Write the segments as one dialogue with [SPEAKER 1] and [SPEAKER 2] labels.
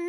[SPEAKER 1] の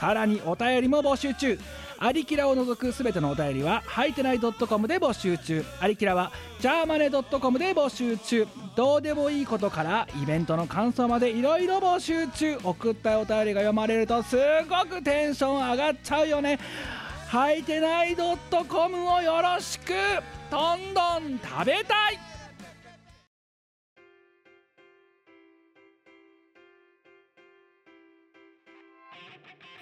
[SPEAKER 2] さらにお便りも募集中アリキラを除くすべてのお便りは、はいてない .com で募集中。アリキラは、ジャーマネ .com で募集中。どうでもいいことから、イベントの感想までいろいろ募集中。送ったお便りが読まれると、すごくテンション上がっちゃうよね。はいてない .com をよろしくどんどん食べたい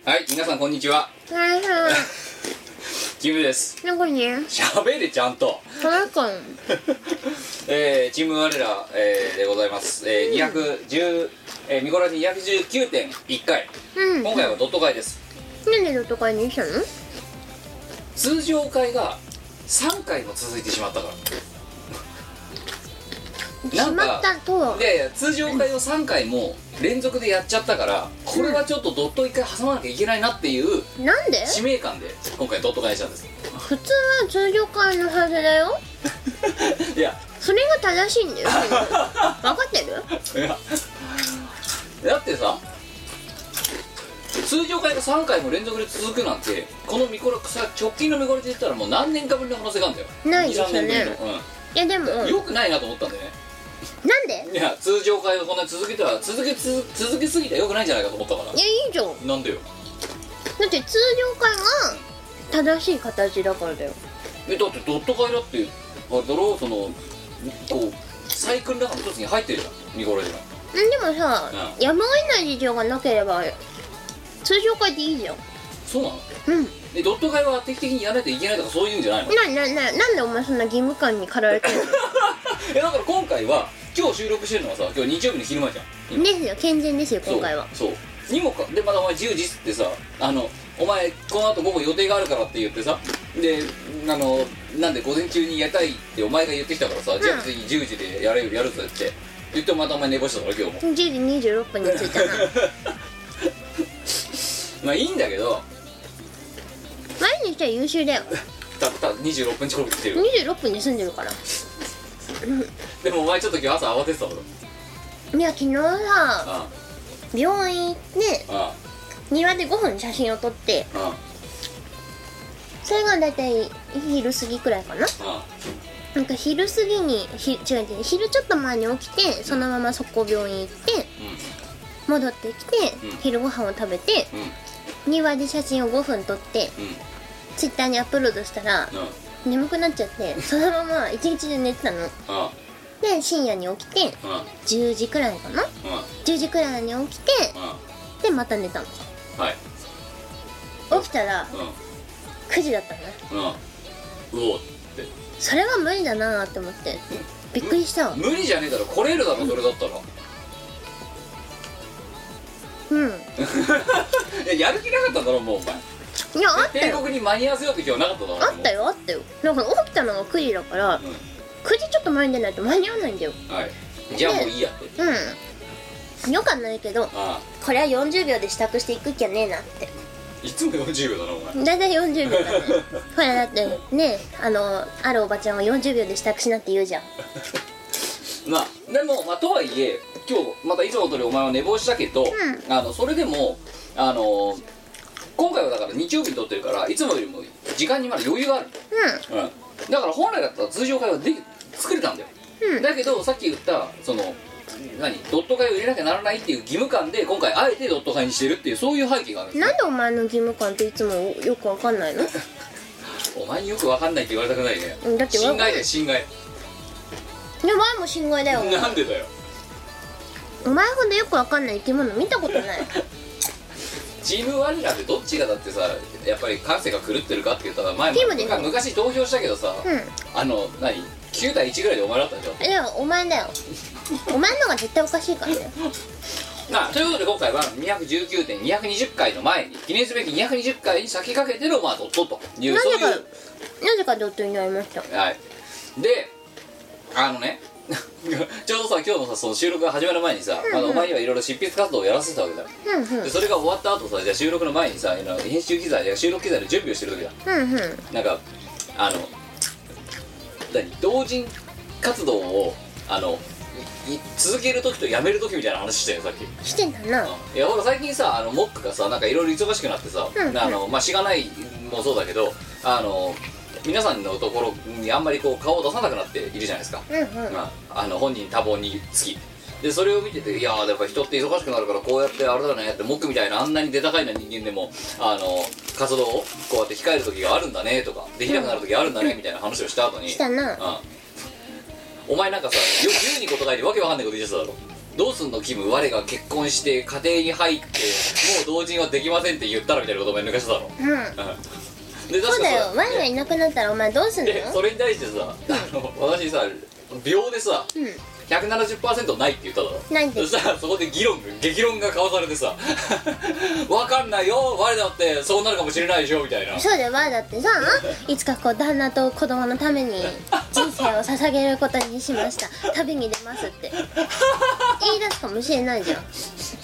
[SPEAKER 3] はい、皆さんこんにちは。
[SPEAKER 4] はいはい。
[SPEAKER 3] キムです。
[SPEAKER 4] なんかね、
[SPEAKER 3] 喋れちゃんと。
[SPEAKER 4] トラコン。
[SPEAKER 3] えー、チーム我ら、えーでございます。えー、210、えー、ミコラジ219.1回。
[SPEAKER 4] うん。
[SPEAKER 3] 今回はドット会です。
[SPEAKER 4] なんでドット会に来たの
[SPEAKER 3] 通常会が3回も続いてしまった か
[SPEAKER 4] 決まったと
[SPEAKER 3] ら。
[SPEAKER 4] は。
[SPEAKER 3] いやいや、通常会を3回も連続でやっちゃったから、これはちょっとドット1回挟まなきゃいけないなっていう
[SPEAKER 4] なんで
[SPEAKER 3] 使命感で、今回ドット会にしたんです。
[SPEAKER 4] 普通は通常会のはずだよ。
[SPEAKER 3] いや、
[SPEAKER 4] それが正しいんだよ。分かってる
[SPEAKER 3] いや だってさ通常会が3回も連続で続くなんてこのミコラさ直近のミコラで言ったらもう何年かぶりの可能性があるんだよ
[SPEAKER 4] ないですよね
[SPEAKER 3] 2 3年ぶりの
[SPEAKER 4] いやでも、な
[SPEAKER 3] うんん、よくないなと思ったんだよね
[SPEAKER 4] で
[SPEAKER 3] いや通常会がこんなに続けたら続けつ続けすぎたらよくないんじゃないかと思ったから
[SPEAKER 4] いやいいじゃん。だ
[SPEAKER 3] なんでよ
[SPEAKER 4] って通常会が正しい形だからだよ。
[SPEAKER 3] えだってドット会だってあれだろそのこうサイクルの中の一つに入ってるじゃんミコラジが
[SPEAKER 4] うんでもさ、
[SPEAKER 3] う
[SPEAKER 4] やむを得ない事情がなければ、通常会でいいじゃん。
[SPEAKER 3] そうなの
[SPEAKER 4] うん。
[SPEAKER 3] でドット会は定期的にやらないといけないとかそういうんじゃないの
[SPEAKER 4] な、な、な、なんでお前そんな義務感に駆られてる
[SPEAKER 3] いやだから今回は今日収録してるのはさ今日日曜日の昼間じゃん
[SPEAKER 4] のですよ、健全ですよ、
[SPEAKER 3] そう
[SPEAKER 4] 今回は。
[SPEAKER 3] そうにもかでまだお前10時っつってさあのお前この後午後予定があるからって言ってさであのなんで午前中にやりたいってお前が言ってきたからさ、じゃあ別に10時でやれよやるぞって言ってまたお前寝坊したから今日も
[SPEAKER 4] 10時26分に着いた な
[SPEAKER 3] まあいいんだけど
[SPEAKER 4] 前にしては優秀だよ
[SPEAKER 3] たった26分遅刻してる
[SPEAKER 4] 26分に住んでるから
[SPEAKER 3] でもお前ちょっと今日朝慌ててたもん
[SPEAKER 4] いや昨日さ
[SPEAKER 3] あ
[SPEAKER 4] 病院行って
[SPEAKER 3] ああ
[SPEAKER 4] 庭で5分写真を撮って
[SPEAKER 3] ああ
[SPEAKER 4] それが大体昼過ぎくらいかな
[SPEAKER 3] あ
[SPEAKER 4] なんか昼過ぎにひ違う違う昼ちょっと前に起きてそのまま速攻病院行って戻ってきて
[SPEAKER 3] うん
[SPEAKER 4] 昼ご飯を食べて
[SPEAKER 3] うんうん
[SPEAKER 4] 庭で写真を5分撮ってツイッターにアップロードしたら
[SPEAKER 3] うんうん
[SPEAKER 4] 眠くなっちゃってそのまま一日中寝てたの
[SPEAKER 3] あ
[SPEAKER 4] で深夜に起きて
[SPEAKER 3] ああ
[SPEAKER 4] 10時くらいかな
[SPEAKER 3] ああ
[SPEAKER 4] 10時くらいに起きて
[SPEAKER 3] あ
[SPEAKER 4] でまた寝たの
[SPEAKER 3] あはい
[SPEAKER 4] 起きたら
[SPEAKER 3] うん
[SPEAKER 4] 9時だったのね
[SPEAKER 3] うんうおって
[SPEAKER 4] それは無理だなーって思ってびっくりしたわ
[SPEAKER 3] 無理じゃねえだろ来れるだろそれだ ったら
[SPEAKER 4] うん
[SPEAKER 3] いややる気なかっただろもうお前
[SPEAKER 4] いやあった
[SPEAKER 3] 帝
[SPEAKER 4] よ
[SPEAKER 3] 国に間に合わせようって気はなかっただろ
[SPEAKER 4] あったよあったよだから起きたのが9時だから
[SPEAKER 3] もう
[SPEAKER 4] 9時ちょっと前に出ないと間に合わないんだよ
[SPEAKER 3] うんはいじゃあもういいやって
[SPEAKER 4] うんよかんないけど
[SPEAKER 3] あ
[SPEAKER 4] これは40秒で支度していくっきゃねえなって
[SPEAKER 3] あいつも40秒だなお前
[SPEAKER 4] だいたい40秒 だねほらだってねあのあるおばちゃんは40秒で支度しなって言うじゃん
[SPEAKER 3] まあでもまあとはいえ今日またいつもの通りお前は寝坊したけど、
[SPEAKER 4] う
[SPEAKER 3] あのそれでもあの今回はだから日曜日に撮ってるからいつもよりも時間にまだ余裕があるうん、だから本来だったら通常会はでき作れたんだよ、
[SPEAKER 4] うん
[SPEAKER 3] だけどさっき言ったその何ドット会を入れなきゃならないっていう義務感で今回あえてドット会にしてるっていうそういう背景があるん
[SPEAKER 4] う
[SPEAKER 3] で
[SPEAKER 4] ん
[SPEAKER 3] すよ
[SPEAKER 4] なんでお前の義務感っていつもよくわかんないの
[SPEAKER 3] お前によくわかんないって言われたくないね
[SPEAKER 4] うんだってわか
[SPEAKER 3] 侵
[SPEAKER 4] ん
[SPEAKER 3] 害だよ侵害
[SPEAKER 4] いや前も心外だよ
[SPEAKER 3] なんでだよ
[SPEAKER 4] お前ほどよくわかんない生き物見たことない
[SPEAKER 3] チーム我らでどっちがだってさやっぱり感性が狂ってるかって言ったら前も
[SPEAKER 4] チームですよ
[SPEAKER 3] 昔投票したけどさ、
[SPEAKER 4] うん
[SPEAKER 3] あの何9対1ぐらいでお前だったんじゃん
[SPEAKER 4] いやお前だよお前のが絶対おかしいからだよ
[SPEAKER 3] まあ、ということで今回は219.220回の前に記念すべき220回に先駆けてのまあドットという
[SPEAKER 4] な
[SPEAKER 3] そう
[SPEAKER 4] ぜか
[SPEAKER 3] いう
[SPEAKER 4] なぜかドットになりました
[SPEAKER 3] はい、であのね ちょうどさ今日のさその収録が始まる前にさ、あのお前にはいろいろ執筆活動をやらせてたわけだ、
[SPEAKER 4] ふんふん
[SPEAKER 3] でそれが終わった後さじゃあ収録の前にさあの編集機材いや収録機材の準備をしてる時だ
[SPEAKER 4] ふんふんうん
[SPEAKER 3] なんかあの何同人活動をあのいい続ける時とやめる時みたいな話してたよさっき
[SPEAKER 4] してたなうん
[SPEAKER 3] いやほら最近さあのモックがさなんかいろいろ忙しくなってさ、
[SPEAKER 4] うんうん
[SPEAKER 3] あのまあしがないもそうだけどあの皆さんのところにあんまりこう顔を出さなくなっているじゃないですか、
[SPEAKER 4] うん
[SPEAKER 3] まあ、あの本人多忙につきでそれを見てていやーやっぱ人って忙しくなるからこうやってあれだねってモックみたいなあんなに出たかいな人間でもあの活動をこうやって控える時があるんだねとかできなくなる時があるんだねみたいな話をした後に
[SPEAKER 4] したな
[SPEAKER 3] うん、お前なんかさよ言うにこと書いてわけわかんないこと言ってただろどうすんのキム我が結婚して家庭に入ってもう同人はできませんって言ったらみたいなことお前抜かしてたろ、
[SPEAKER 4] うん
[SPEAKER 3] うん、で
[SPEAKER 4] そうだよ
[SPEAKER 3] さ
[SPEAKER 4] ワイがいなくなったらお前どうすんの
[SPEAKER 3] でそれに対してさあの私さ秒でさ
[SPEAKER 4] うん
[SPEAKER 3] 170%ないって言っただろ
[SPEAKER 4] ないで
[SPEAKER 3] そ
[SPEAKER 4] す
[SPEAKER 3] したらそこで議論が激論が交わされてさ 「わかんないよ我だってそうなるかもしれないでしょ」みたいな
[SPEAKER 4] そうだよワイだってさいつかこう旦那と子供のために人生を捧げることにしました旅に出ますって言い出すかもしれないじゃん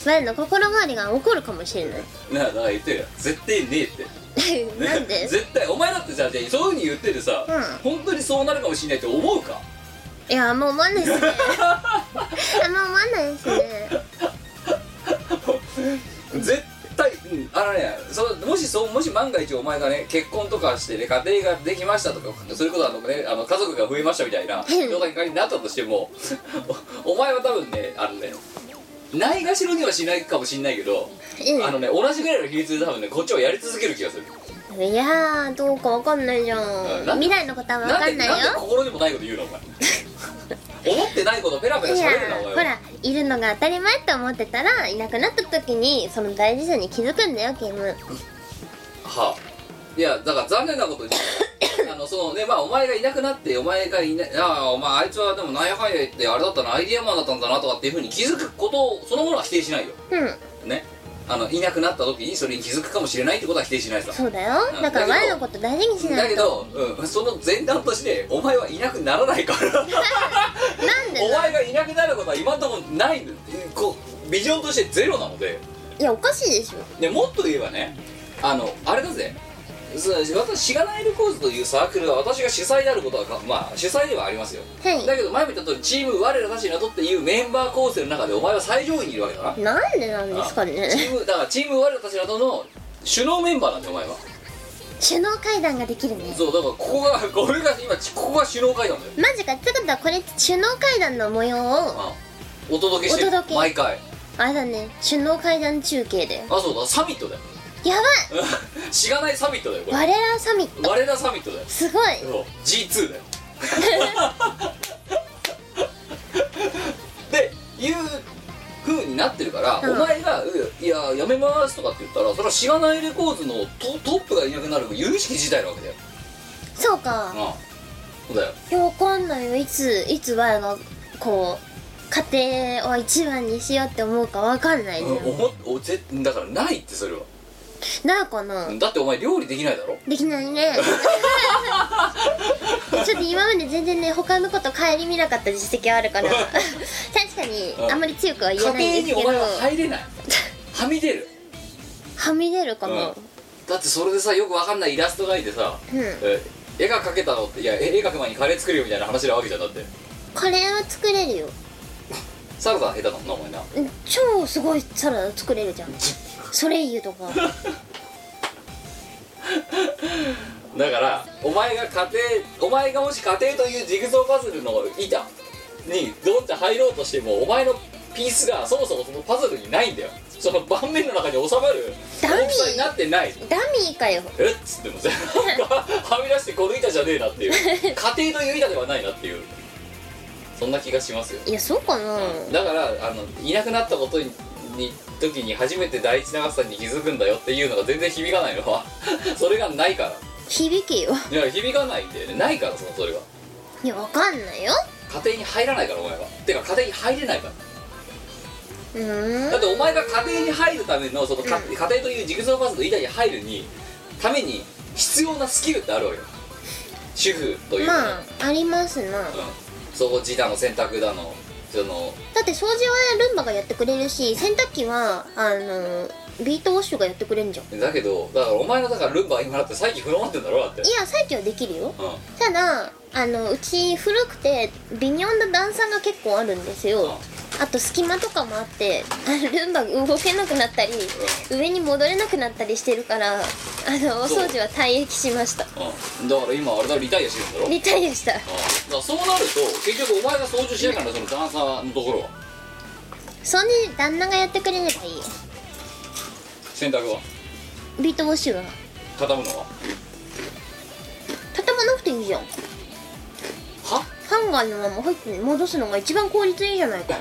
[SPEAKER 4] ワイの心変わりが起こるかもしれない
[SPEAKER 3] なだから言ってるよ絶対ねえって
[SPEAKER 4] なんで
[SPEAKER 3] 絶対お前だってじゃあじゃあそういうふうに言っててさ、
[SPEAKER 4] うん
[SPEAKER 3] 本当にそうなるかもしれないって思うか
[SPEAKER 4] いやもう思わないですねあんま思わないですね
[SPEAKER 3] 絶対、うんあのねそもしそうもし万が一お前がね結婚とかしてね家庭ができましたとかそういうことあの、ね、あの家族が増えましたみたいな状態になったとしても おお前は多分ねあのねないがしろにはしないかもしれないけど、あのね同じぐらいの比率で多分ねこっちはやり続ける気がする
[SPEAKER 4] うんいやーどうかわかんないじゃ
[SPEAKER 3] うん
[SPEAKER 4] ん
[SPEAKER 3] なんで
[SPEAKER 4] 未来のことはわ
[SPEAKER 3] な
[SPEAKER 4] か
[SPEAKER 3] んで
[SPEAKER 4] んない
[SPEAKER 3] なんで
[SPEAKER 4] よ
[SPEAKER 3] 心にもないこと言うのお前思ってないことペラペラ
[SPEAKER 4] いや
[SPEAKER 3] 喋るなお前
[SPEAKER 4] ほ
[SPEAKER 3] は
[SPEAKER 4] らいるのが当たり前って思ってたらいなくなった時にその大事さに気づくんだよキム
[SPEAKER 3] はあ、いやだから残念なことにあのそのねまあお前がいなくなってお前がいないああお前あいつはでもなんやかんや言ってあれだったなアイディアマンだったんだなとかっていうふうに気づくことをそのものは否定しないよ
[SPEAKER 4] うん
[SPEAKER 3] ねあのいなくなった時にそれに気づくかもしれないってことは否定しないさ
[SPEAKER 4] そうだよだから前のこと大事にし
[SPEAKER 3] だ
[SPEAKER 4] な
[SPEAKER 3] け
[SPEAKER 4] いと
[SPEAKER 3] ど、うん、その前段としてお前はいなくならないから
[SPEAKER 4] なんで
[SPEAKER 3] お
[SPEAKER 4] だ
[SPEAKER 3] 前がいなくなることは今んところないんだよこうビジョンとしてゼロなので
[SPEAKER 4] いやおかしいでしょ
[SPEAKER 3] でもっと言えばねあのあれだぜそう私しがないルコーズというサークルは私が主催であることはかまあ主催ではありますよ
[SPEAKER 4] は
[SPEAKER 3] だけど前も言った通りチーム我らたちなどっていうメンバー構成の中でお前は最上位にいるわけだない
[SPEAKER 4] なんでなんですかね
[SPEAKER 3] チームだからチーム我らたちなどの首脳メンバーなんだよお前は
[SPEAKER 4] 首脳会談ができるね
[SPEAKER 3] そうだからここがこれが今ここが首脳会談だよ
[SPEAKER 4] マジかってことはこれ首脳会談の模様を
[SPEAKER 3] あお届けしてる
[SPEAKER 4] お届け
[SPEAKER 3] 毎回
[SPEAKER 4] あれだね首脳会談中継で
[SPEAKER 3] あそうだサミットだよ
[SPEAKER 4] や
[SPEAKER 3] しがないサミットだよこ
[SPEAKER 4] ばい
[SPEAKER 3] れ
[SPEAKER 4] 我らサミット
[SPEAKER 3] 我らサミットだよ
[SPEAKER 4] すごい
[SPEAKER 3] そう G2 だよでいう風になってるから、
[SPEAKER 4] うん
[SPEAKER 3] お前が「いややめます」とかって言ったらそれはしがないレコーズのトトップがいなくなる有識事態なわけだよ、
[SPEAKER 4] そう
[SPEAKER 3] あ
[SPEAKER 4] か
[SPEAKER 3] あそうだよ
[SPEAKER 4] いやわかんないよいついつ我がこう家庭を一番にしようって思うかわかんない
[SPEAKER 3] うん
[SPEAKER 4] ね
[SPEAKER 3] おもおぜだからないってそれは
[SPEAKER 4] なあかな
[SPEAKER 3] だってお前料理できないだろ
[SPEAKER 4] できないね ちょっと今まで全然ね他のこと顧みなかった実績はある から確かに
[SPEAKER 3] うん
[SPEAKER 4] あんまり強くは
[SPEAKER 3] 家
[SPEAKER 4] 言えない
[SPEAKER 3] 庭
[SPEAKER 4] ん
[SPEAKER 3] に
[SPEAKER 4] です
[SPEAKER 3] お
[SPEAKER 4] けど
[SPEAKER 3] 前は入れないはみ出る
[SPEAKER 4] はみ出るかな
[SPEAKER 3] うんだってそれでさよくわかんないイラスト描いてさ、
[SPEAKER 4] うん、
[SPEAKER 3] え絵が描けたのっていや絵絵描く前にカレー作るよみたいな話なわけじゃんだって
[SPEAKER 4] カレーは作れるよ
[SPEAKER 3] サラダ下手だもんなお前な
[SPEAKER 4] うん超すごいサラダ作れるじゃんソレイユとか
[SPEAKER 3] だからお前が家庭お前がもし家庭というジグソーパズルの板にどんって入ろうとしてもお前のピースがそもそもそのパズルにないんだよその盤面の中に収まる
[SPEAKER 4] ダミー
[SPEAKER 3] 大きさになってない
[SPEAKER 4] ダミーかよ
[SPEAKER 3] えっつってもさなんかはみ出してこの板じゃねえなっていう家庭という板ではないなっていうそんな気がしますよ
[SPEAKER 4] いやそうかな、
[SPEAKER 3] だからあのいなくなったことにに時に初めて第一長さんに気づくんだよっていうのが全然響かないのはそれがないから
[SPEAKER 4] 響きよ
[SPEAKER 3] いや響かないんだよねないからそのそれが
[SPEAKER 4] いやわかんないよ
[SPEAKER 3] 家庭に入らないからお前はてか家庭に入れないから
[SPEAKER 4] うーん
[SPEAKER 3] だってお前が家庭に入るためのそのか家庭というジグソーパズルの板に入るにために必要なスキルってあるわけよ主婦というか、
[SPEAKER 4] まあありますな
[SPEAKER 3] うん、掃除だの洗濯だのその
[SPEAKER 4] だって掃除はルンバがやってくれるし洗濯機はあのビートウォッシュがやってくれるんじゃん
[SPEAKER 3] だけどだからお前のだからルンバ今だって最近不能ってんだろだって
[SPEAKER 4] いや最近はできるよ
[SPEAKER 3] うんうん
[SPEAKER 4] ただあのうち古くて微妙な段差が結構あるんですよあと隙間とかもあってあのルンバが動けなくなったり上に戻れなくなったりしてるからあのお掃除は退役しました
[SPEAKER 3] うんだから今あれだリタイアしてるんだろうん
[SPEAKER 4] リタイアした
[SPEAKER 3] だからそうなると結局お前が掃除しながらその段差のところは
[SPEAKER 4] それに旦那がやってくれればいいよ
[SPEAKER 3] 洗濯は
[SPEAKER 4] ビートウォッシュは
[SPEAKER 3] 畳むのは
[SPEAKER 4] 畳まなくていいじゃん
[SPEAKER 3] は
[SPEAKER 4] ハンガーのまま入って戻すのが一番効率いいじゃないか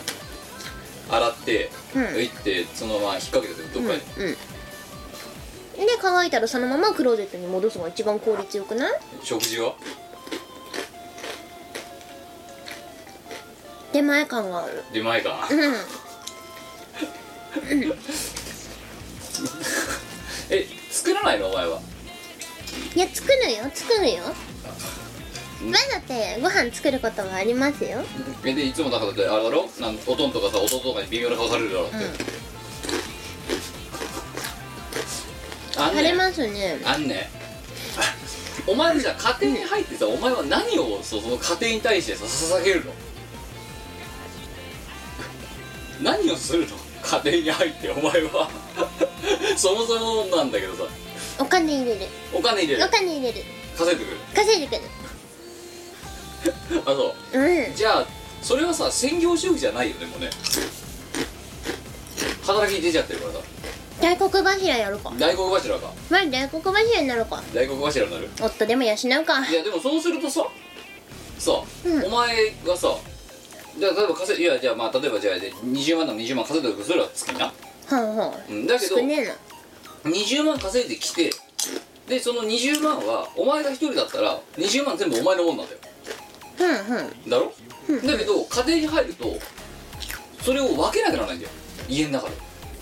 [SPEAKER 3] 洗って、
[SPEAKER 4] うん
[SPEAKER 3] いってそのまま引っ掛けてどっかに、
[SPEAKER 4] うんうんで乾いたらそのままクローゼットに戻すのが一番効率よくない
[SPEAKER 3] 食事は
[SPEAKER 4] 出前感がある
[SPEAKER 3] 出前か
[SPEAKER 4] うん
[SPEAKER 3] え作らないのお前はい
[SPEAKER 4] や作るよ作るよまだってご飯作ることはありますよ
[SPEAKER 3] えでいつもだからってあれだろなんおとんとかさ弟とかに微妙な顔されるだろって、あん
[SPEAKER 4] され
[SPEAKER 3] ね
[SPEAKER 4] ますね
[SPEAKER 3] あんねお前じゃあ家庭に入ってさお前は何をそうその家庭に対してさ捧げるの何をするの家庭に入ってお前は そもそもなんだけどさ
[SPEAKER 4] お金入れる
[SPEAKER 3] お金入れ
[SPEAKER 4] お
[SPEAKER 3] る
[SPEAKER 4] 金入れる
[SPEAKER 3] 稼いでくる
[SPEAKER 4] 稼いでく
[SPEAKER 3] あそう
[SPEAKER 4] るうん
[SPEAKER 3] じゃあそれはさ専業主婦じゃないよねもうね働きに出ちゃってるからさ
[SPEAKER 4] 大黒柱やるか
[SPEAKER 3] 大黒柱か
[SPEAKER 4] 前に大黒柱になるか
[SPEAKER 3] 大黒柱になる
[SPEAKER 4] 夫でも養うか
[SPEAKER 3] いやでもそうするとささ、
[SPEAKER 4] うん
[SPEAKER 3] お前がさじゃあ例えば稼いいやじゃあまあ例えばじゃあで20万でも20万稼いだとするは月にな、
[SPEAKER 4] はんはん
[SPEAKER 3] うん、だけど
[SPEAKER 4] 少ねえな
[SPEAKER 3] 20万稼いできてでその20万はお前が一人だったら20万全部お前のもんなんだよ
[SPEAKER 4] ふんふん
[SPEAKER 3] だろだけど家庭に入るとそれを分けなきゃならないんだよ家の中で、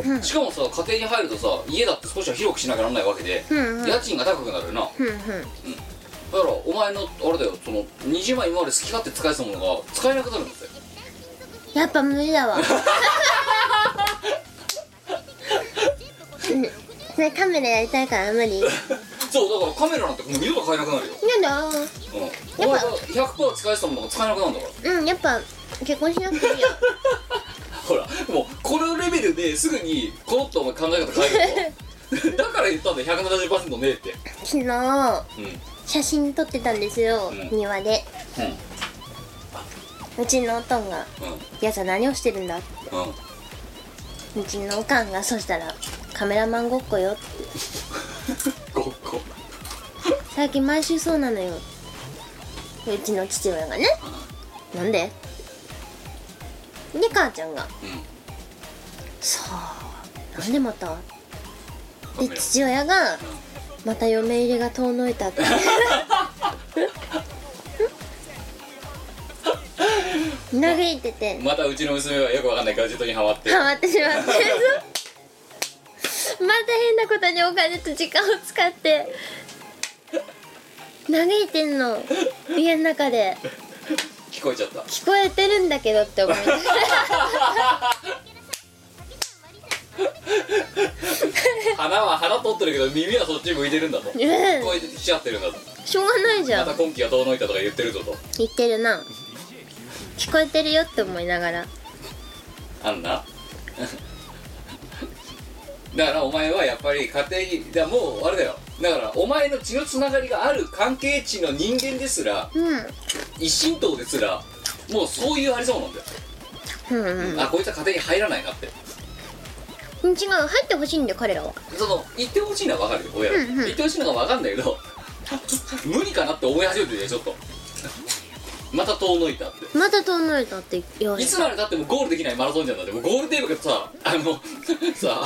[SPEAKER 4] うん
[SPEAKER 3] しかもさ家庭に入るとさ家だって少しは広くしなきゃならないわけで、
[SPEAKER 4] うんうん
[SPEAKER 3] 家賃が高くなるよなだか
[SPEAKER 4] ふんふん
[SPEAKER 3] らお前のあれだよその20万今まで好き勝手使えてたものが使えなくなるんですよ
[SPEAKER 4] やっぱ無理だわうんそれカメラやりたいから無理
[SPEAKER 3] そうだからカメラなんてもう二度と買えなくなるよ、
[SPEAKER 4] やだ
[SPEAKER 3] うん、お前が100%使えてたものが使えなくなるんだから
[SPEAKER 4] うんやっぱ結婚しなくていいよ
[SPEAKER 3] ほらもうこのレベルですぐにコロッとお前考え方変え るとだから言ったんだよ170%ねえって
[SPEAKER 4] 昨日
[SPEAKER 3] うんうん
[SPEAKER 4] 写真撮ってたんですよ、
[SPEAKER 3] うん
[SPEAKER 4] 庭でうちのおとんが
[SPEAKER 3] う
[SPEAKER 4] 「やさ何をしてるんだ?」って
[SPEAKER 3] んうん
[SPEAKER 4] うちのおかんがそしたら「カメラマンごっこよ」って
[SPEAKER 3] ごっこ
[SPEAKER 4] 最近毎週そうなのようちの父親がね「なんで?」で母ちゃんが
[SPEAKER 3] うん
[SPEAKER 4] 「さあなんでまた?」
[SPEAKER 3] カ
[SPEAKER 4] で
[SPEAKER 3] メラ
[SPEAKER 4] 父親が「また嫁入りが遠のいた」って嘆いてて
[SPEAKER 3] またうちの娘はよくわかんないガジェットにハマって
[SPEAKER 4] ハマってしまってまた変なことにお金と時間を使って嘆いてんの家の中で
[SPEAKER 3] 聞こえちゃった
[SPEAKER 4] 聞こえてるんだけどって思いながら
[SPEAKER 3] 鼻は鼻取ってるけど耳はそっち向いてるんだと聞
[SPEAKER 4] う
[SPEAKER 3] こえてきちゃってるんだと
[SPEAKER 4] んしょうがないじゃ
[SPEAKER 3] ま
[SPEAKER 4] ん
[SPEAKER 3] た今期は遠のいたとか言ってるぞと
[SPEAKER 4] 言ってるな聞こえてるよって思いながら
[SPEAKER 3] あんなだからお前はやっぱり家庭にだからもうあれだよだからお前の血のつながりがある関係値の人間ですら
[SPEAKER 4] うん
[SPEAKER 3] 一神党ですらもうそういうありそうなんだよ、
[SPEAKER 4] うん
[SPEAKER 3] あこいつは家庭に入らないなって
[SPEAKER 4] うん違う入ってほしいんだよ彼らは
[SPEAKER 3] その言ってほしいのは分かるよ親は、
[SPEAKER 4] うんうん
[SPEAKER 3] 言ってほしいのが分かるんだけど無理かなって思い始めてるよちょっとまた遠のいたって
[SPEAKER 4] また遠のいたって言われ
[SPEAKER 3] い
[SPEAKER 4] た
[SPEAKER 3] つまでたってもゴールできないマラソンじゃんだってもうゴールテープがさあの さ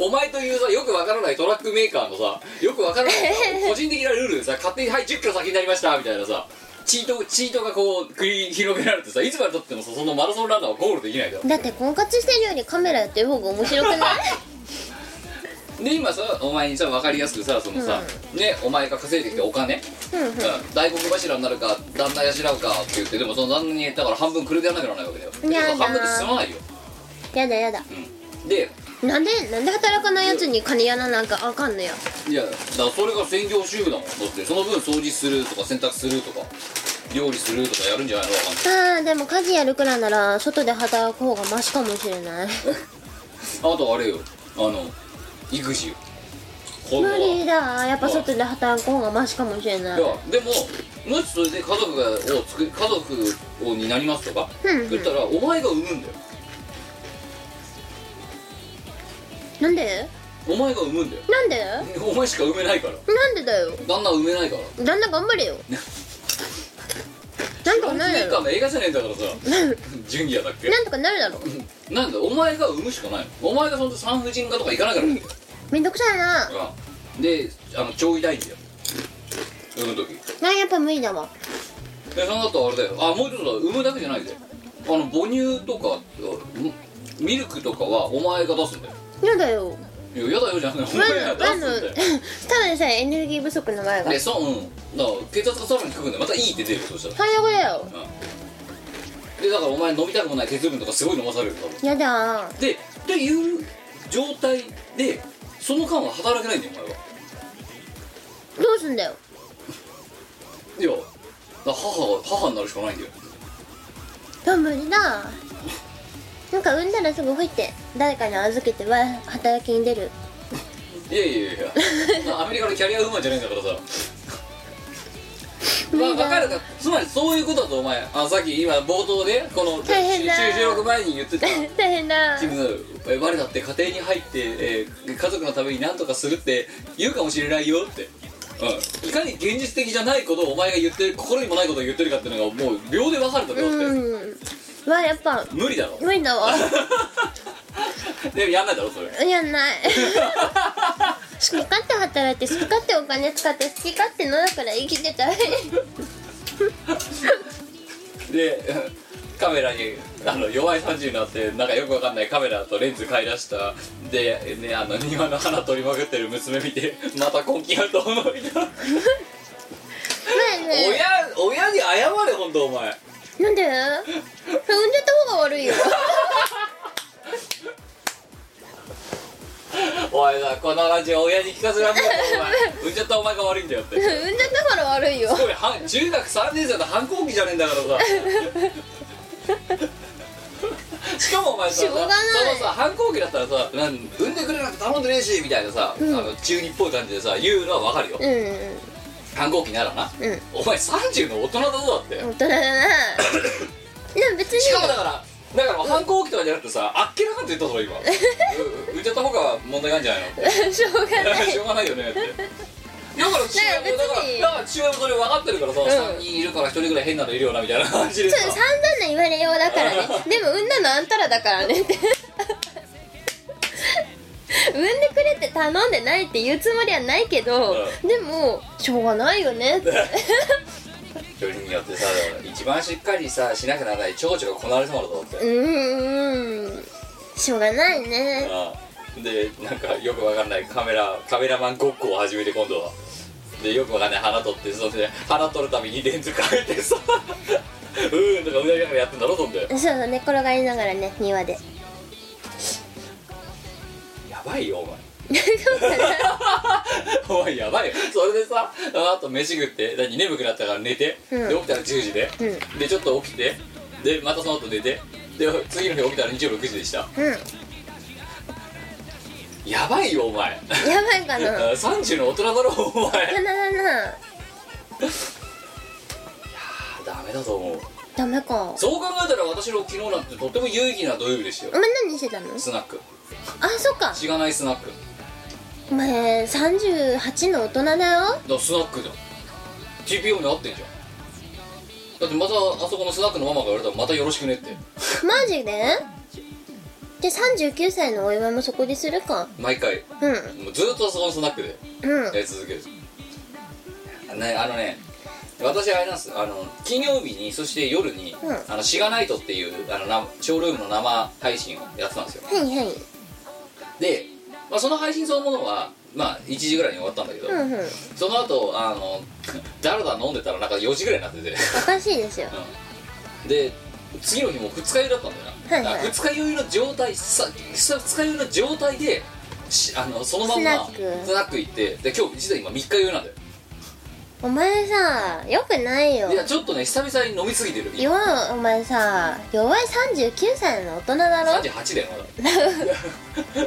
[SPEAKER 3] お前というさよくわからないトラックメーカーのさよくわからないさ個人的なルールでさ勝手に「はい1 0キロ先になりました」みたいなさチートチートがこう繰り広げられてさいつまでたってもさそのマラソンランナーはゴールできないだろ
[SPEAKER 4] だって婚活してるよりカメラやってる方が面白くない
[SPEAKER 3] で今さお前にさ分かりやすくさそのさ、ねお前が稼いできたお金、
[SPEAKER 4] うんうん
[SPEAKER 3] うん大黒柱になるか旦那養うかって言ってでもその旦那にだから半分くれてやんなきゃならないわけだよ
[SPEAKER 4] やだ
[SPEAKER 3] でも半分で済まないよ、
[SPEAKER 4] やだやだ
[SPEAKER 3] うん、で
[SPEAKER 4] なんでなんで働かないやつに金やらなんかあかんのよ
[SPEAKER 3] いやだからそれが専業主婦だもんだってその分掃除するとか洗濯するとか料理するとかやるんじゃないのわかんない
[SPEAKER 4] あーでも家事やるくらいなら外で働く方がマシかもしれない
[SPEAKER 3] あとあれよあの育児よ子供
[SPEAKER 4] 無
[SPEAKER 3] が
[SPEAKER 4] 理だやっぱ外で働く方がマシかもしれない
[SPEAKER 3] いやでももしそれで家族がをつく家族をになりますとか
[SPEAKER 4] うんうん
[SPEAKER 3] 言ったらお前が産むんだよ
[SPEAKER 4] なんで
[SPEAKER 3] お前が産むんだよ
[SPEAKER 4] なんで
[SPEAKER 3] お前しか産めないから
[SPEAKER 4] なんでだよ
[SPEAKER 3] 旦那は産めないから
[SPEAKER 4] 旦那頑張 れよなんとかなる
[SPEAKER 3] 年
[SPEAKER 4] だろ
[SPEAKER 3] 間の映画じゃねえんだからさジュニアだっけ
[SPEAKER 4] なんとかなるだろ
[SPEAKER 3] なんだお前が産むしかないのお前がそんと産婦人科とか行かなきゃならないか
[SPEAKER 4] めんどくさいな
[SPEAKER 3] らであの調理大事だよ産む時
[SPEAKER 4] なやっぱ無理だわ
[SPEAKER 3] でその後あれだよあもう一つだ産むだけじゃないであの母乳とかうんミルクとかはお前が出すんだよ
[SPEAKER 4] やだよ
[SPEAKER 3] いや嫌だよじゃないお
[SPEAKER 4] ま
[SPEAKER 3] 前
[SPEAKER 4] ず
[SPEAKER 3] が出
[SPEAKER 4] ま
[SPEAKER 3] すんだよ
[SPEAKER 4] ず ただでさえエネルギー不足な前が
[SPEAKER 3] でそううんだから血圧がさらに低くんだよまたいいって出るとしたら
[SPEAKER 4] 最悪だよ
[SPEAKER 3] でだからお前飲みたくもない鉄分とかすごい飲まされるから
[SPEAKER 4] やだ
[SPEAKER 3] でっていう状態でその間は働けないんだよお前は
[SPEAKER 4] どうすんだよ
[SPEAKER 3] いやだから母が母になるしかないんだよ
[SPEAKER 4] あ無理だなんか産んだらすぐほいって誰かに預けては働きに出る
[SPEAKER 3] いやいやいやい やアメリカのキャリアウーマンじゃないんだからさまあ分かるかつまりそういうことだとお前あさっき今冒頭でこの
[SPEAKER 4] 大変だ
[SPEAKER 3] 収収録前に言ってた
[SPEAKER 4] 大変だ
[SPEAKER 3] キムえ我だって家庭に入って、えー家族のために何とかするって言うかもしれないよって、うん、いかに現実的じゃないことをお前が言ってる心にもないことを言ってるかっていうのがもう秒で分かるだろうって、
[SPEAKER 4] うんわやっぱ
[SPEAKER 3] 無理だろ
[SPEAKER 4] 無理だわ
[SPEAKER 3] でもやんないだろそれ
[SPEAKER 4] やんない好き勝手働いて好き勝手お金使って好き勝手のだから生きてたい
[SPEAKER 3] でカメラにあの弱い30になってなんかよくわかんないカメラとレンズ買い出したで、ね、あの庭の花取りまくってる娘見てまた根気あると思うみたいな
[SPEAKER 4] まあね
[SPEAKER 3] 親親に謝れ本当お前
[SPEAKER 4] なんで産んじゃった方が悪いよ
[SPEAKER 3] おいさこの話親に聞かせらんないよお前産んじゃったお前が悪いんだよってす
[SPEAKER 4] 産んじゃったから悪いよ
[SPEAKER 3] ごいはん中学3年生の反抗期じゃねえんだから さしかもお前さ
[SPEAKER 4] しょうがない
[SPEAKER 3] そのさ反抗期だったらさなん産んでくれなんて頼んでねえしみたいなさ、あの中二っぽい感じでさ言うのはわかるよ、
[SPEAKER 4] うん
[SPEAKER 3] 反抗期ならな、
[SPEAKER 4] うん
[SPEAKER 3] お前30の大人だぞだって、
[SPEAKER 4] 大人だな でも別に
[SPEAKER 3] しかもだからだから反抗期とかじゃなくてさあっけらかんと言ったぞ 今う産んじゃった方が問題なんじゃないの
[SPEAKER 4] しょうがない
[SPEAKER 3] しょうがないよ ねってだから父親も
[SPEAKER 4] ね
[SPEAKER 3] だか
[SPEAKER 4] 別に
[SPEAKER 3] らだから父親もそれ分かってるからさ、
[SPEAKER 4] ん
[SPEAKER 3] 3人いるから1人ぐらい変なのいるよなみたいな感じで
[SPEAKER 4] そ
[SPEAKER 3] さ
[SPEAKER 4] う散々な言われようだからねでも産んだのあんたらだからねって産んでくれって頼んでないって言うつもりはないけど、
[SPEAKER 3] う
[SPEAKER 4] でもしょうがないよねって
[SPEAKER 3] よりによってさ一番しっかりさしなきゃならない長女がこなれそうだと思って、
[SPEAKER 4] うーんしょうがないね
[SPEAKER 3] ああでなんかよくわかんないカメラカメラマンごっこを始めて今度はでよくわかんない花撮ってそれで花撮るためにレンズ変えてさうーんとかうなりながらやってんだろそんで
[SPEAKER 4] そうそう寝転がりながらね庭で
[SPEAKER 3] やばいよお前
[SPEAKER 4] そうかな
[SPEAKER 3] お前やばいよそれでさあと飯食って何眠くなったから寝て、
[SPEAKER 4] うん
[SPEAKER 3] で起きたら10時で、
[SPEAKER 4] う
[SPEAKER 3] でちょっと起きてでまたその後寝てで次の日起きたら日曜6時でした
[SPEAKER 4] うん
[SPEAKER 3] やばいよお前
[SPEAKER 4] やばいかな
[SPEAKER 3] 30の大人だろお前
[SPEAKER 4] 鼻だな
[SPEAKER 3] ダメだと思う
[SPEAKER 4] ダメか
[SPEAKER 3] そう考えたら私の昨日なんてとっても有意義な土曜日でしたよ
[SPEAKER 4] お前何してたの
[SPEAKER 3] スナック
[SPEAKER 4] あそっか
[SPEAKER 3] しがないスナックだ
[SPEAKER 4] お前38の大人だよ
[SPEAKER 3] からスナックじゃん TPO に合ってんじゃんだってまたあそこのスナックのママが言われたらまたよろしくねって
[SPEAKER 4] マジでで39歳のお祝いもそこでするか
[SPEAKER 3] 毎回
[SPEAKER 4] うん
[SPEAKER 3] もうずっとあそこのスナックで
[SPEAKER 4] う
[SPEAKER 3] や
[SPEAKER 4] ん
[SPEAKER 3] り続けるねあのね私あれなんですあの金曜日にそして夜に、
[SPEAKER 4] うん
[SPEAKER 3] あのシガナイトっていうあのなショールームの生配信をやってたんですよ
[SPEAKER 4] はいはい
[SPEAKER 3] で、まあ、その配信そのものはまあ1時ぐらいに終わったんだけど、
[SPEAKER 4] うんうん
[SPEAKER 3] その後あの だらだら飲んでたらなんか4時ぐらいになってて
[SPEAKER 4] おかしいですよ
[SPEAKER 3] で次の日も二日酔いだったんだよな、
[SPEAKER 4] はいはい
[SPEAKER 3] あ二日酔いの状態ささ二日酔いの状態でしあのそのまんま
[SPEAKER 4] スナック
[SPEAKER 3] スナック行ってで今日実は今三日酔いなんだよ
[SPEAKER 4] お前さよくないよ
[SPEAKER 3] いやちょっとね久々に飲みすぎてる
[SPEAKER 4] 弱いお前さ弱い39歳の大人だろ
[SPEAKER 3] 38だよまだ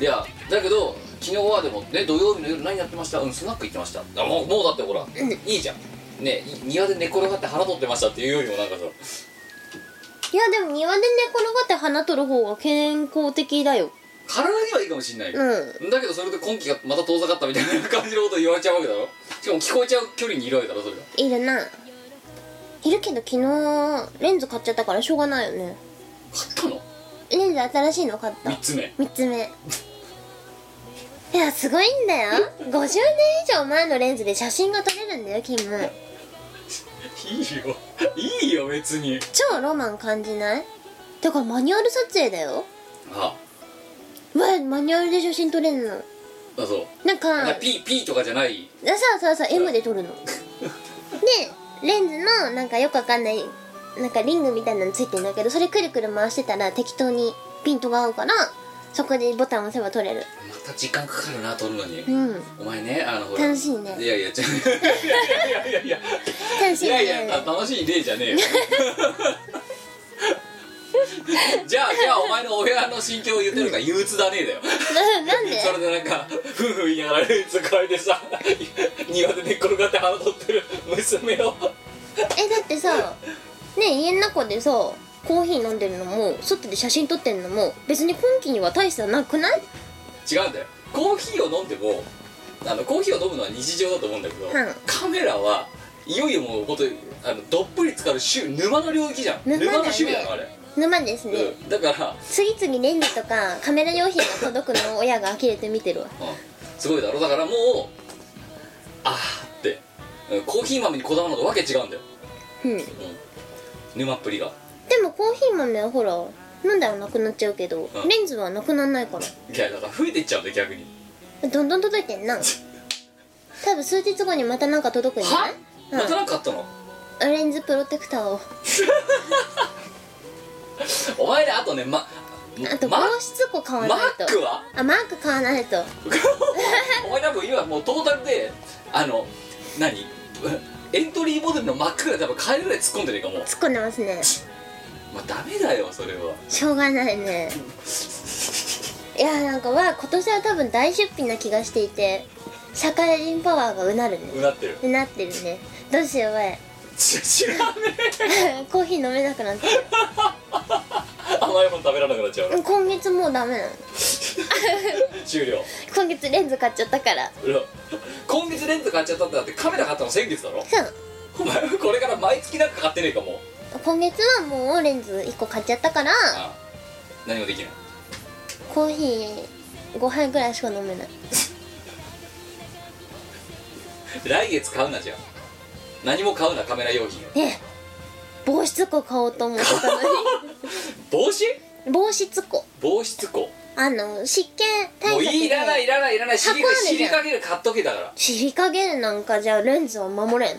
[SPEAKER 3] いやだけど昨日はでもね土曜日の夜何やってましたうんスナック行ってましたあもうもうだってほら、いいじゃんねい庭で寝転がって腹取ってましたっていうよりもなんかさ
[SPEAKER 4] いやでも庭で寝転がって花取る方が健康的だよ
[SPEAKER 3] 体にはいいかもしんないよ、
[SPEAKER 4] う
[SPEAKER 3] だけどそれで今季がまた遠ざかったみたいな感じのこと言われちゃうわけだろしかも聞こえちゃう距離にいるわけだろそれが
[SPEAKER 4] んいるないるけど昨日レンズ買っちゃったからしょうがないよね
[SPEAKER 3] 買ったの
[SPEAKER 4] レンズ新しいの買った
[SPEAKER 3] 3つ目
[SPEAKER 4] 3つ目いやすごいんだよ50年以上前のレンズで写真が撮れるんだよキム
[SPEAKER 3] いいよいいよ別に
[SPEAKER 4] 超ロマン感じないてかマニュアル撮影だよ
[SPEAKER 3] あ
[SPEAKER 4] うわマニュアルで写真撮れるの
[SPEAKER 3] あそう
[SPEAKER 4] なんか
[SPEAKER 3] な P, P とかじゃない
[SPEAKER 4] そうそうそう M で撮るのでレンズのなんかよくわかんないなんかリングみたいなのついてんだけどそれくるくる回してたら適当にピントが合うからそこでボタンを押せば撮れる
[SPEAKER 3] また時間かかるな撮るのに、
[SPEAKER 4] うん
[SPEAKER 3] お前ねあのほら
[SPEAKER 4] 楽しいね
[SPEAKER 3] いやいやちょ いやいやいやいや
[SPEAKER 4] 楽し
[SPEAKER 3] い
[SPEAKER 4] い
[SPEAKER 3] や
[SPEAKER 4] ね
[SPEAKER 3] いやた楽しい例じゃねえよ じゃあじゃあお前の親の心境を言ってるから憂鬱だねえだよ
[SPEAKER 4] な なんで
[SPEAKER 3] それでなんか夫婦言いながらレンズ変えてさ 庭で寝っ転がって腹取ってる娘を
[SPEAKER 4] えだってさね家の中でさコーヒー飲んでるのも外で写真撮ってんのも別に今季には大差なくない
[SPEAKER 3] 違うんだよコーヒーを飲んでもあのコーヒーを飲むのは日常だと思うんだけど、
[SPEAKER 4] ん
[SPEAKER 3] カメラはいよいよもう本当にあのどっぷり浸かる趣沼の領域じゃん
[SPEAKER 4] 沼
[SPEAKER 3] 沼,、
[SPEAKER 4] だよね
[SPEAKER 3] の趣味だからあれ、
[SPEAKER 4] 沼ですね、
[SPEAKER 3] うん、だから、
[SPEAKER 4] 次々レンズとかカメラ用品が届くのを親が呆れて見てるわ
[SPEAKER 3] うん、すごいだろだからもうあーってうんコーヒー豆にこだわるのとわけ違うんだよ、
[SPEAKER 4] うんで
[SPEAKER 3] うん、沼っぷりが
[SPEAKER 4] もコーヒー豆はほら飲んだらなくなっちゃうけど、
[SPEAKER 3] うん
[SPEAKER 4] レンズはなくならないから
[SPEAKER 3] いやだから増えてっちゃうんだよ逆に
[SPEAKER 4] どんどん届いてんな多分数日後にまたなんか届くんじゃな、
[SPEAKER 3] はい
[SPEAKER 4] うん
[SPEAKER 3] またなんかあったの
[SPEAKER 4] レンズプロテクターを
[SPEAKER 3] お前ねあとねま
[SPEAKER 4] あと
[SPEAKER 3] ま
[SPEAKER 4] 防湿庫買わない
[SPEAKER 3] マ
[SPEAKER 4] と
[SPEAKER 3] ックは
[SPEAKER 4] あマーク買わないと
[SPEAKER 3] お前多分今もうトータルであの何エントリーモデルのマックが多分買えるぐらい突っ込んでねえかもう、
[SPEAKER 4] 突っ込んでますね
[SPEAKER 3] まあ、ダメだよそれは
[SPEAKER 4] しょうがないねいやなんかは今年は多分大出費な気がしていて社会人パワーがうなるね
[SPEAKER 3] うなってる
[SPEAKER 4] うなってるねどうしようわい
[SPEAKER 3] 知らねえ
[SPEAKER 4] コーヒー飲めなくなってる
[SPEAKER 3] 甘いもの食べられなくなっちゃうの
[SPEAKER 4] 今月もうダメなの
[SPEAKER 3] 終了
[SPEAKER 4] 今月レンズ買っちゃったから
[SPEAKER 3] うん今月レンズ買っちゃったってだってカメラ買ったの先月だろ
[SPEAKER 4] そう
[SPEAKER 3] お前これから毎月なんか買ってねえかもう
[SPEAKER 4] 今月はもうレンズ1個買っちゃったから
[SPEAKER 3] あ何もできない
[SPEAKER 4] コーヒー5杯ぐらいしか飲めない
[SPEAKER 3] 来月買うなじゃあ何も買うなカメラ用品を
[SPEAKER 4] ねえ防湿庫買おうと思ってたの
[SPEAKER 3] 帽子
[SPEAKER 4] に防湿庫
[SPEAKER 3] 防湿庫
[SPEAKER 4] あの湿気対
[SPEAKER 3] も
[SPEAKER 4] 策
[SPEAKER 3] う
[SPEAKER 4] で
[SPEAKER 3] いらないいらないいらない
[SPEAKER 4] 箱あ
[SPEAKER 3] 尻か
[SPEAKER 4] るじゃん
[SPEAKER 3] 尻かける買っとけだから
[SPEAKER 4] 尻加減なんかじゃあレンズは守れん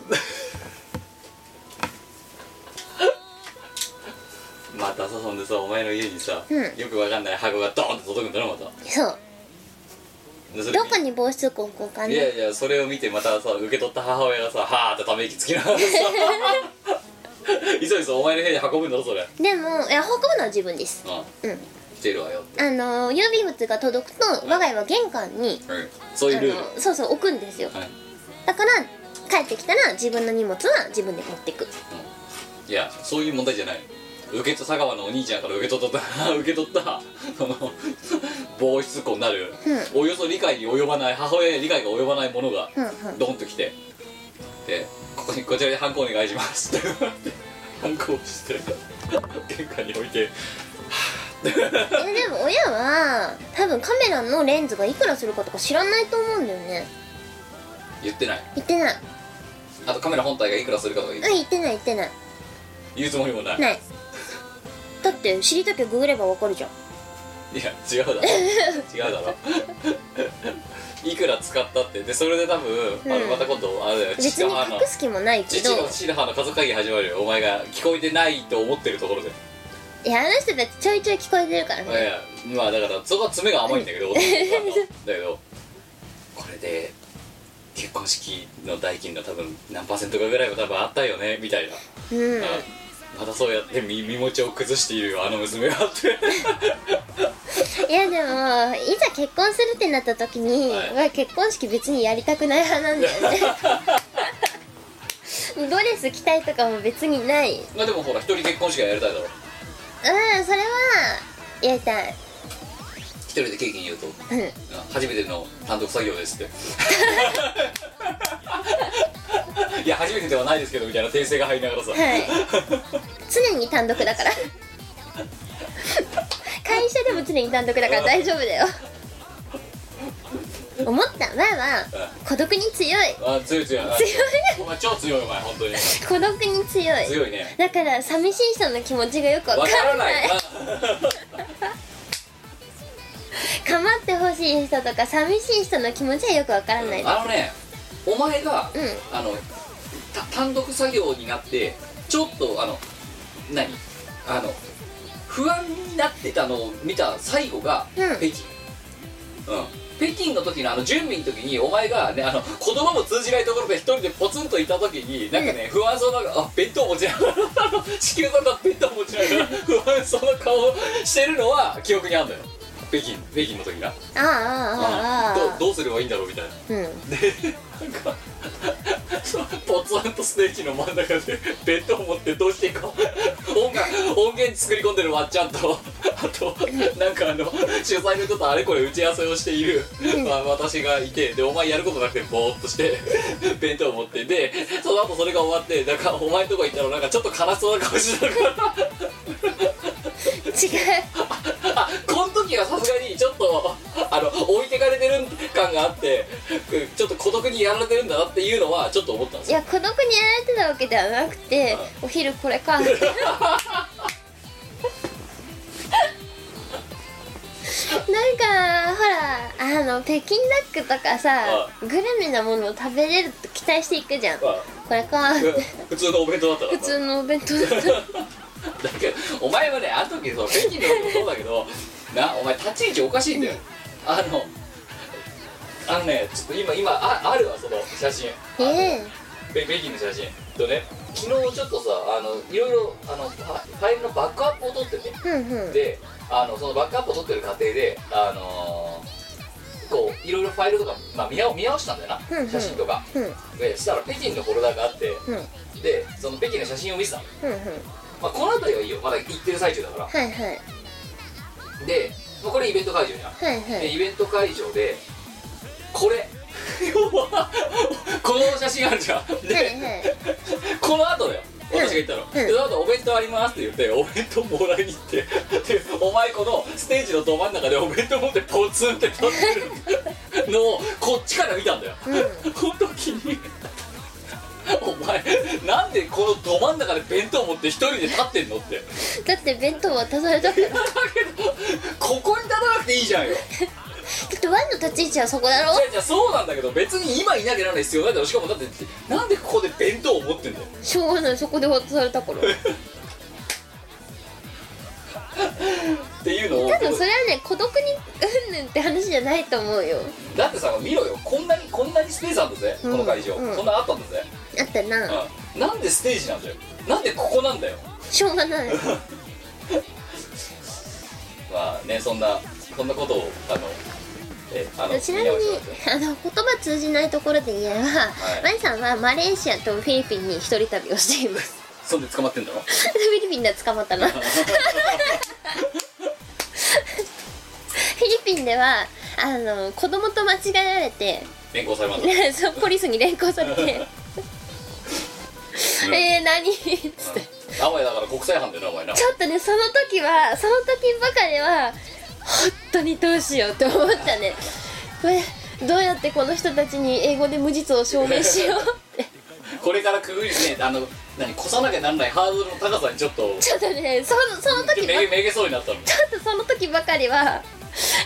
[SPEAKER 3] またさそんでさお前の家にさ、
[SPEAKER 4] うん
[SPEAKER 3] よくわかんない箱がドーンって届くんだろまた
[SPEAKER 4] そう
[SPEAKER 3] でそれ
[SPEAKER 4] どこに防湿庫置こうか
[SPEAKER 3] いや
[SPEAKER 4] ね
[SPEAKER 3] いやそれを見てまたさ受け取った母親がさはーってため息つきなが らさ急いでさお前の部屋に運ぶんだろそれ
[SPEAKER 4] でもいや運ぶのは自分です
[SPEAKER 3] あ
[SPEAKER 4] うん
[SPEAKER 3] 来てるわよって、
[SPEAKER 4] あの郵便物が届くと我が家は玄関に
[SPEAKER 3] そういうルール
[SPEAKER 4] あのそうそう置くんですよ
[SPEAKER 3] はい
[SPEAKER 4] だから帰ってきたら自分の荷物は自分で持ってく
[SPEAKER 3] いやそういう問題じゃない受け取佐川のお兄ちゃんから受け取った 受け取ったその防湿庫になる、およそ理解に及ばない母親に理解が及ばないものが、
[SPEAKER 4] うんうん
[SPEAKER 3] ドンと来てでここにこちらにハンコお願いしますって言われてハンコをして玄関に置いて
[SPEAKER 4] えでも親は多分カメラのレンズがいくらするかとか知らないと思うんだよね
[SPEAKER 3] 言ってない
[SPEAKER 4] 言ってない
[SPEAKER 3] あとカメラ本体がいくらするかとか言う
[SPEAKER 4] うん言ってない言ってない
[SPEAKER 3] 言うつもりもない
[SPEAKER 4] ないだって知りたきゃググればわかるじゃん
[SPEAKER 3] いや違 うだろ違うだろいくら使ったってでそれで多分、あ
[SPEAKER 4] う
[SPEAKER 3] の
[SPEAKER 4] ん
[SPEAKER 3] また今度あれだよ
[SPEAKER 4] 別
[SPEAKER 3] 父
[SPEAKER 4] に
[SPEAKER 3] の母の
[SPEAKER 4] 隠す気もないけど
[SPEAKER 3] 父の父の母の家族会議始まるよお前が聞こえてないと思ってるところで、
[SPEAKER 4] いやあの人たちちょいちょい聞こえてるから
[SPEAKER 3] いやい
[SPEAKER 4] ね
[SPEAKER 3] やまあだからそこは爪が甘いんだけど男の子はだけどこれで結婚式の代金の多分何パーセントかぐらいは多分あったよねみたいな、
[SPEAKER 4] うん
[SPEAKER 3] うんまたそうやって身身持ちを崩しているよあの娘はって
[SPEAKER 4] いやでもいざ結婚するってなった時に、
[SPEAKER 3] はいう
[SPEAKER 4] わ結婚式別にやりたくない派なんだよ ねドレス着たいとかも別にない
[SPEAKER 3] まあでもほら一人結婚式はやりたいだろ
[SPEAKER 4] うんそれはやりたい
[SPEAKER 3] 一人で経験言うと
[SPEAKER 4] うん
[SPEAKER 3] 初めての単独作業ですって いや初めてではないですけどみたいな訂正が入りながらさ、
[SPEAKER 4] はい常に単独だから会社でも常に単独だから大丈夫だよ思った前は孤独に強い
[SPEAKER 3] あ強い強い
[SPEAKER 4] 強い
[SPEAKER 3] お前超強いお前本当に
[SPEAKER 4] 孤独に強い
[SPEAKER 3] 強いね
[SPEAKER 4] だから寂しい人の気持ちがよくわ
[SPEAKER 3] わ
[SPEAKER 4] か
[SPEAKER 3] から
[SPEAKER 4] ら
[SPEAKER 3] な
[SPEAKER 4] ないいかまってほしい人とか寂しい人の気持ちはよくわからないです
[SPEAKER 3] あのねお前が、
[SPEAKER 4] うん
[SPEAKER 3] あのた単独作業になってちょっとあの何あの不安になってたのを見た最後が、
[SPEAKER 4] うん
[SPEAKER 3] 北京うん北京の時のあの準備の時にお前がねあの言葉も通じないところで一人でポツンといた時になんかね、不安そうなあ弁当持ちながら あの地球さんが弁当持ちながら不安そうな顔をしてるのは記憶にあるんだよ北京北京の時が、
[SPEAKER 4] ああああああ
[SPEAKER 3] うんどどうすればいいんだろうみたいな
[SPEAKER 4] うん
[SPEAKER 3] でなんかそのポツンとステージの真ん中でベッドを持ってどうしていいか音楽音源作り込んでるわっちゃんとあとなんかあの主催の人とあれこれ打ち合わせをしている、まあ、私がいてでお前やることなくてボーっとして弁当を持ってでその後それが終わってなんかお前んとこ行ったらなんかちょっと悲しそうな顔してたから
[SPEAKER 4] 違う
[SPEAKER 3] あこの時はさすがにちょっとあの置いてかれてる感があってちょっと孤独にやられてるんだなっていうのはちょっと思ったんです
[SPEAKER 4] い
[SPEAKER 3] よ
[SPEAKER 4] や孤独にやられてたわけではなくてお昼これかなんかほらあの北京ダックとかさグルメなものを食べれると期待していくじゃんこ
[SPEAKER 3] あ
[SPEAKER 4] れか
[SPEAKER 3] 普通のお弁当だったから
[SPEAKER 4] 普通のお弁当だ った
[SPEAKER 3] だけどお前はねあの時その北京の時もそうだけどなお前立ち位置おかしいんだよあのあのねちょっと今今ああるわその写真
[SPEAKER 4] ええ
[SPEAKER 3] べ北京の写真とね昨日ちょっとさあのいろいろあのファイルのバックアップを取ってて
[SPEAKER 4] うんうん
[SPEAKER 3] であのそのバックアップを取ってる過程であのーこういろいろファイルとか、まあ、見直見直したんだよな、
[SPEAKER 4] うんうん
[SPEAKER 3] 写真とか
[SPEAKER 4] うん
[SPEAKER 3] でしたら北京のフォルダがあって
[SPEAKER 4] うん
[SPEAKER 3] でその北京の写真を見せたの、
[SPEAKER 4] うんうん
[SPEAKER 3] まあ、この辺りはいいよまだ行ってる最中だから
[SPEAKER 4] はいはい
[SPEAKER 3] で、まあ、これイベント会場じゃん、
[SPEAKER 4] はいは
[SPEAKER 3] で
[SPEAKER 4] い
[SPEAKER 3] イベント会場でこれ 要はこの写真あるじゃんで、
[SPEAKER 4] はいはい
[SPEAKER 3] この後だよ私が言ったの、
[SPEAKER 4] うん
[SPEAKER 3] でその後お弁当ありますって言ってお弁当もらいに行ってでお前このステージのど真ん中でお弁当持ってポツンって立ってるのをこっちから見たんだよ、
[SPEAKER 4] う
[SPEAKER 3] この時にお前なんでこのど真ん中で弁当持って一人で立ってんのって
[SPEAKER 4] だって弁当渡されたからだ
[SPEAKER 3] ここに立たなくていいじゃんよ
[SPEAKER 4] ってワンの立ち位置はそこだろ
[SPEAKER 3] いやいやそうなんだけど別に今いなきゃならない必要ないだろしかもだってなんでここで弁当を持ってんだよ
[SPEAKER 4] しょうがないそこで渡されたから
[SPEAKER 3] っていうのを
[SPEAKER 4] 多分それはね孤独にうんぬんって話じゃないと思うよ
[SPEAKER 3] だってさ見ろよこんなにこんなにスペースあったぜ、
[SPEAKER 4] うん
[SPEAKER 3] この会場、
[SPEAKER 4] うん
[SPEAKER 3] こんなあったんだぜ、
[SPEAKER 4] あったな
[SPEAKER 3] うん、なんでステージなんだよなんでここなんだよ
[SPEAKER 4] しょうがない
[SPEAKER 3] まあねそんなそんなことをあのえあの
[SPEAKER 4] ちなみに
[SPEAKER 3] 見直してますよ
[SPEAKER 4] あの言葉通じないところで言えば、
[SPEAKER 3] い
[SPEAKER 4] マリさんはマレーシアとフィリピンに一人旅をしています
[SPEAKER 3] そんで捕まってんだろ
[SPEAKER 4] フィリピンでは捕まった なフィリピンではあの子供と間違えられて
[SPEAKER 3] 連行されます
[SPEAKER 4] ねそうポリスに連行されて「えー、何?」っつって
[SPEAKER 3] 名前だから国際犯だよなお前な
[SPEAKER 4] ちょっとねその時はその時ばかりは本当にどうしようって思ったねこれどうやってこの人たちに英語で無実を証明しようって
[SPEAKER 3] これからくぐりねあの何越さなきゃなんないハードルの高さにちょっと
[SPEAKER 4] ちょっとねそのその
[SPEAKER 3] ちょ
[SPEAKER 4] 時
[SPEAKER 3] っと
[SPEAKER 4] ば
[SPEAKER 3] めげめげそうになったの
[SPEAKER 4] ちょっとその時ばかりは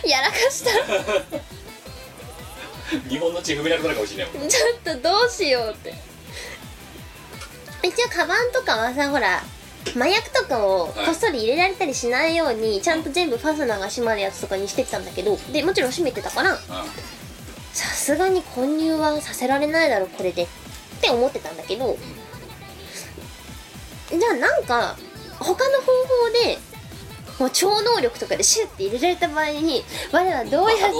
[SPEAKER 4] やらかしたちょっ
[SPEAKER 3] 日本の地踏めなくなるかもしれないもん
[SPEAKER 4] とどうしようって一応カバンとかはさほら麻薬とかをこっそり入れられたりしないようにちゃんと全部ファスナーが閉まるやつとかにしてきたんだけどでもちろん閉めてたから
[SPEAKER 3] う
[SPEAKER 4] さすがに混入はさせられないだろこれでって思ってたんだけどじゃあなんか他の方法でもう超能力とかでシュッて入れられた場合に我はどうやって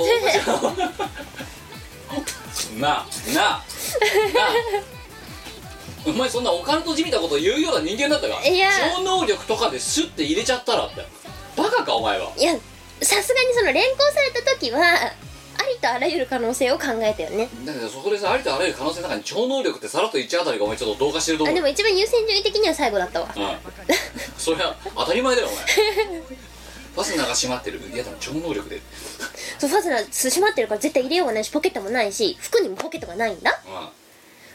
[SPEAKER 3] んなあなあなあお前そんなオカルトじみたこと言うような人間だったか
[SPEAKER 4] いや
[SPEAKER 3] 超能力とかでシュッて入れちゃったらってバカかお前はい
[SPEAKER 4] やさすがにその連行された時はありとあらゆる可能性を考えたよね
[SPEAKER 3] だけどそこでさありとあらゆる可能性の中に超能力ってさらっと言っちゃうあたりがお前ちょっと同化してると
[SPEAKER 4] あ
[SPEAKER 3] 思う
[SPEAKER 4] でも一番優先順位的には最後だったわ
[SPEAKER 3] うんそりゃ当たり前だよお前ファスナーが閉まってるいやでも超能力で
[SPEAKER 4] そうファスナー閉まってるから絶対入れようがないしポケットもないし服にもポケットがないんだ
[SPEAKER 3] ま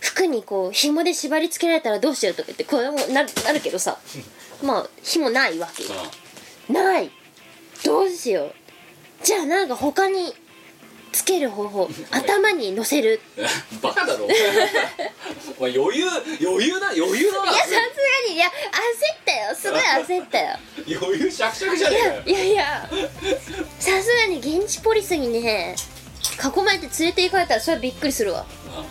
[SPEAKER 4] 服にこう紐で縛り付けられたらどうしようとか言ってこれもなるなるけどさまあ紐ないわけ
[SPEAKER 3] あ、うん
[SPEAKER 4] ないどうしようじゃあなんか他につける方法頭に乗せる
[SPEAKER 3] バカだろお前余裕余裕だ余裕だない
[SPEAKER 4] やさすがにいや焦ったよすごい焦ったよ
[SPEAKER 3] 余裕しゃくしゃくじゃ
[SPEAKER 4] い
[SPEAKER 3] ね
[SPEAKER 4] やい
[SPEAKER 3] え
[SPEAKER 4] やいやさすがに現地ポリスにね囲まれて連れて行かれたらそれはびっくりするわ
[SPEAKER 3] かよ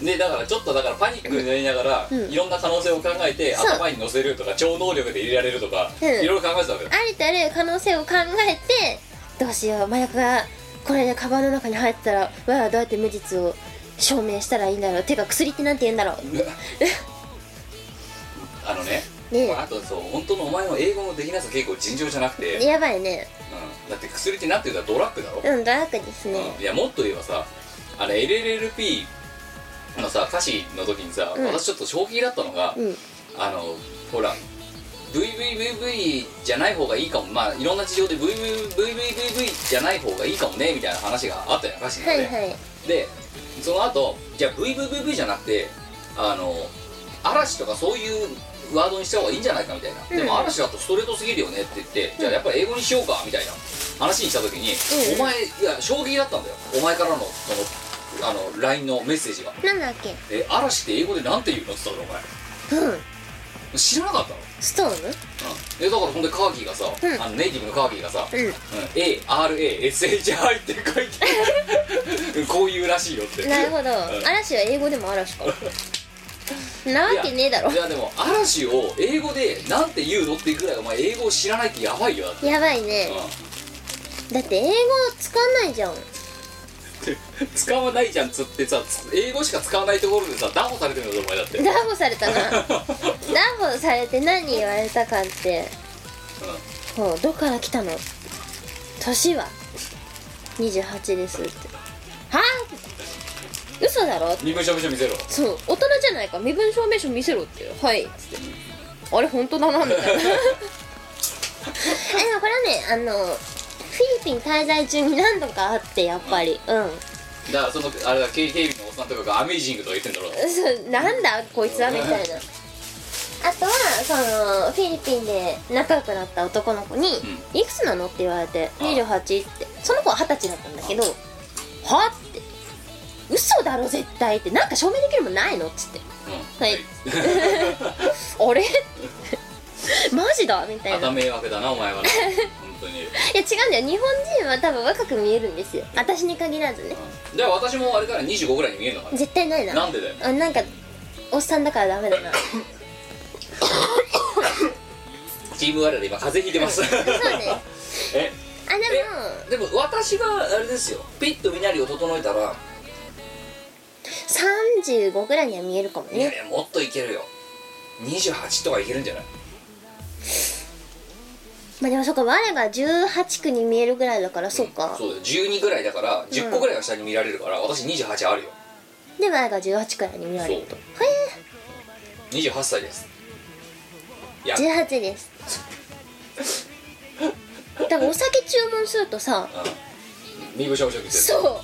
[SPEAKER 3] うんでだからちょっとだからパニックになりながら、
[SPEAKER 4] うん
[SPEAKER 3] いろんな可能性を考えて
[SPEAKER 4] そう
[SPEAKER 3] 頭に乗せるとか超能力で入れられるとか、
[SPEAKER 4] うん
[SPEAKER 3] いろいろ考えてたわけよ
[SPEAKER 4] ありとあらゆる可能性を考えてどうしよう麻薬がこれでカバンの中に入ってたらわはどうやって無実を証明したらいいんだろうてか薬ってなんて言うんだろう
[SPEAKER 3] あのね
[SPEAKER 4] ね
[SPEAKER 3] あとそう本当のお前の英語のできなさ結構尋常じゃなくて、
[SPEAKER 4] やばいね
[SPEAKER 3] うん、だって薬ってなんて言うたらドラッグだろ、
[SPEAKER 4] うんドラッグですね
[SPEAKER 3] うんいやもっと言えばさあれ LLLP のさ歌詞の時にさ、
[SPEAKER 4] うん
[SPEAKER 3] 私ちょっと衝撃だったのが、
[SPEAKER 4] うん
[SPEAKER 3] あのほら VVVV じゃない方がいいかもまあいろんな事情で VVVVV じゃない方がいいかもねみたいな話があったよ歌詞の
[SPEAKER 4] は
[SPEAKER 3] 中で、
[SPEAKER 4] いはい
[SPEAKER 3] でその後じゃあ VVVV じゃなくてあの嵐とかそういうワードにした方がいいんじゃないかみたいな、
[SPEAKER 4] うん
[SPEAKER 3] でも嵐だとストレートすぎるよねって言って、じゃあやっぱり英語にしようかみたいな話にした時に、
[SPEAKER 4] うん
[SPEAKER 3] お前いや衝撃だったんだよお前からのそのあの LINE のメッセージが
[SPEAKER 4] なんだっけ
[SPEAKER 3] 「え嵐って英語でなんて言うの?」って言ったのお前
[SPEAKER 4] うん
[SPEAKER 3] 知らなかったの
[SPEAKER 4] ストーン
[SPEAKER 3] うん、えだからほんでカーキーがさ、
[SPEAKER 4] ん
[SPEAKER 3] あのネイティブのカーキーがさ「
[SPEAKER 4] うん
[SPEAKER 3] ARASHI」って書い てこういうらしいよって
[SPEAKER 4] なるほど
[SPEAKER 3] うん
[SPEAKER 4] 嵐は英語でも嵐かなわけねえだろ
[SPEAKER 3] いやでも嵐を英語でなんて言うのっていうくらいお前英語を知らないってやばいよだって、
[SPEAKER 4] やばいねだって英語使わないじゃん
[SPEAKER 3] うん、使わないじゃんつってさつ英語しか使わないところでさダホされてるんだぞお前だって、
[SPEAKER 4] ダーされたなダーされて何言われたかってほうどっから来たの年は28ですってはあ嘘だろ
[SPEAKER 3] うん、身分証明書見せろ
[SPEAKER 4] そう大人じゃないか身分証明書見せろっていうはいっつってあれ本当だなみたいな えでもこれはねあのフィリピン滞在中に何度かあってやっぱりうん
[SPEAKER 3] だからそのあれだ警警備のおっさんとかが「アメイジング」とか言ってんだろ
[SPEAKER 4] そう なんだこいつはみたいなあとはそのフィリピンで仲良くなった男の子に「いくつなの?」って言われて「
[SPEAKER 3] あ
[SPEAKER 4] 28」ってその子は二十歳だったんだけど「は?」って「嘘だろ絶対」ってなんか証明できるもんないのっつって
[SPEAKER 3] うん
[SPEAKER 4] はい 「 あれ? 」マジだみたいな
[SPEAKER 3] 片
[SPEAKER 4] い
[SPEAKER 3] 迷惑だなお前はな本当に
[SPEAKER 4] や違うんだよ日本人は多分若く見えるんですよ私に限らずね
[SPEAKER 3] じゃあ私もあれから25ぐらいに見えるのか
[SPEAKER 4] 絶対ない
[SPEAKER 3] な
[SPEAKER 4] な
[SPEAKER 3] なんでだよ
[SPEAKER 4] あなんかおっさんだからダメだ な
[SPEAKER 3] チーム我らで今風邪ひいてます
[SPEAKER 4] そうね
[SPEAKER 3] え
[SPEAKER 4] あでも
[SPEAKER 3] でも私はあれですよピッと身なりを整えたら
[SPEAKER 4] 35ぐらいには見えるかも
[SPEAKER 3] いやい
[SPEAKER 4] ね
[SPEAKER 3] やもっといけるよ28とかいけるんじゃない
[SPEAKER 4] まあでもそっか我が18区に見えるぐらいだからそっか、
[SPEAKER 3] そうだよ12ぐらいだから10個ぐらいは下に見られるから、私28あるよ
[SPEAKER 4] で我が18くらいに見られるとへ
[SPEAKER 3] 28歳ですいや
[SPEAKER 4] え18ですだからお酒注文するとさ
[SPEAKER 3] うん身分証明書見せる
[SPEAKER 4] そ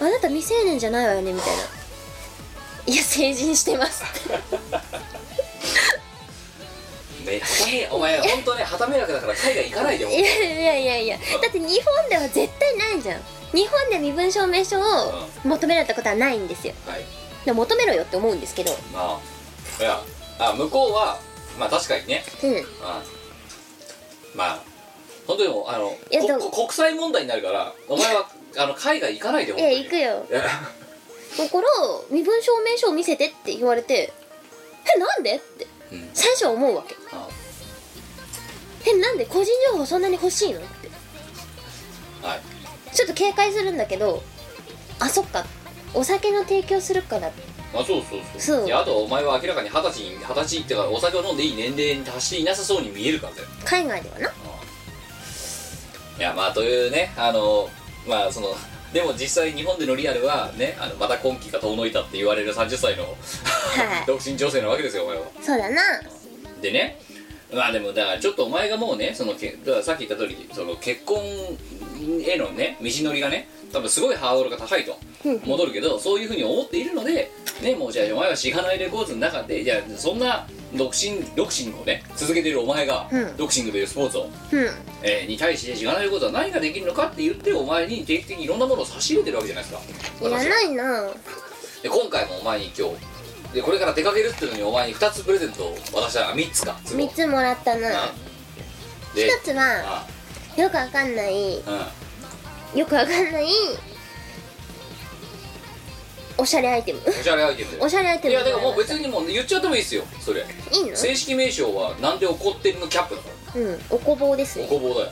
[SPEAKER 4] うあなた未成年じゃないわよねみたいないや成人してますって
[SPEAKER 3] めっちゃ変お前本当ねはためらくだから海外行かないでも
[SPEAKER 4] いやいやいやいやだって日本では絶対ないじゃん日本で身分証明書を求められたことはないんですよ
[SPEAKER 3] はい
[SPEAKER 4] でも求めろよって思うんですけど
[SPEAKER 3] まあいやあ向こうはまあ確かにね
[SPEAKER 4] うん
[SPEAKER 3] うんまあ本当にもうあの
[SPEAKER 4] いや
[SPEAKER 3] こ
[SPEAKER 4] でも
[SPEAKER 3] こ国際問題になるからお前 はあの海外行かないで
[SPEAKER 4] い
[SPEAKER 3] 本当
[SPEAKER 4] や
[SPEAKER 3] に
[SPEAKER 4] 行くよ
[SPEAKER 3] いや
[SPEAKER 4] だから身分証明書を見せてって言われてえなんでって
[SPEAKER 3] うん
[SPEAKER 4] 最初は思うわけ
[SPEAKER 3] あ
[SPEAKER 4] えなんで個人情報そんなに欲しいのって
[SPEAKER 3] はい
[SPEAKER 4] ちょっと警戒するんだけどあそっかお酒の提供するから
[SPEAKER 3] まあそうそうそう
[SPEAKER 4] そう
[SPEAKER 3] いやあとお前は明らかに二十歳に二十歳ってかお酒を飲んでいい年齢に達していなさそうに見えるからだよ
[SPEAKER 4] 海外ではない
[SPEAKER 3] やまあというねあのまあそのでも実際日本でのリアルはねあのまた今期が遠のいたって言われる30歳の
[SPEAKER 4] はい
[SPEAKER 3] 独身女性なわけですよお前は
[SPEAKER 4] そうだな
[SPEAKER 3] でねまあでもだからちょっとお前がもうねそのけだからさっき言った通りその結婚へのね道のりがね多分すごいハードルが高いと
[SPEAKER 4] うん
[SPEAKER 3] 戻るけどそういうふうに思っているのでねもうじゃあお前はしがないレコーズの中でじゃあそんな独身独身をね続けているお前が、
[SPEAKER 4] うん
[SPEAKER 3] ドクシングというスポーツを、
[SPEAKER 4] うん
[SPEAKER 3] えーに対してしがないレコーズは何ができるのかって言ってお前に定期的にいろんなものを差し入れてるわけじゃないですか
[SPEAKER 4] いら
[SPEAKER 3] 私
[SPEAKER 4] ないな
[SPEAKER 3] で今回もお前に今日でこれから出かけるっていうのにお前に2つプレゼントを渡したら3つか都合
[SPEAKER 4] 3つもらったな
[SPEAKER 3] うんで
[SPEAKER 4] 1つは
[SPEAKER 3] あ
[SPEAKER 4] よくわかんない
[SPEAKER 3] うん
[SPEAKER 4] よくわかんないおしゃれアイテム
[SPEAKER 3] おしゃれアイテムで
[SPEAKER 4] おしゃれアイテ
[SPEAKER 3] い
[SPEAKER 4] ム
[SPEAKER 3] やだからもう別にもう言っちゃってもいいですよそれ
[SPEAKER 4] いいの
[SPEAKER 3] 正式名称はなんで怒ってるのキャップだか
[SPEAKER 4] うんおこぼうです
[SPEAKER 3] らお
[SPEAKER 4] ね
[SPEAKER 3] こぼうだよ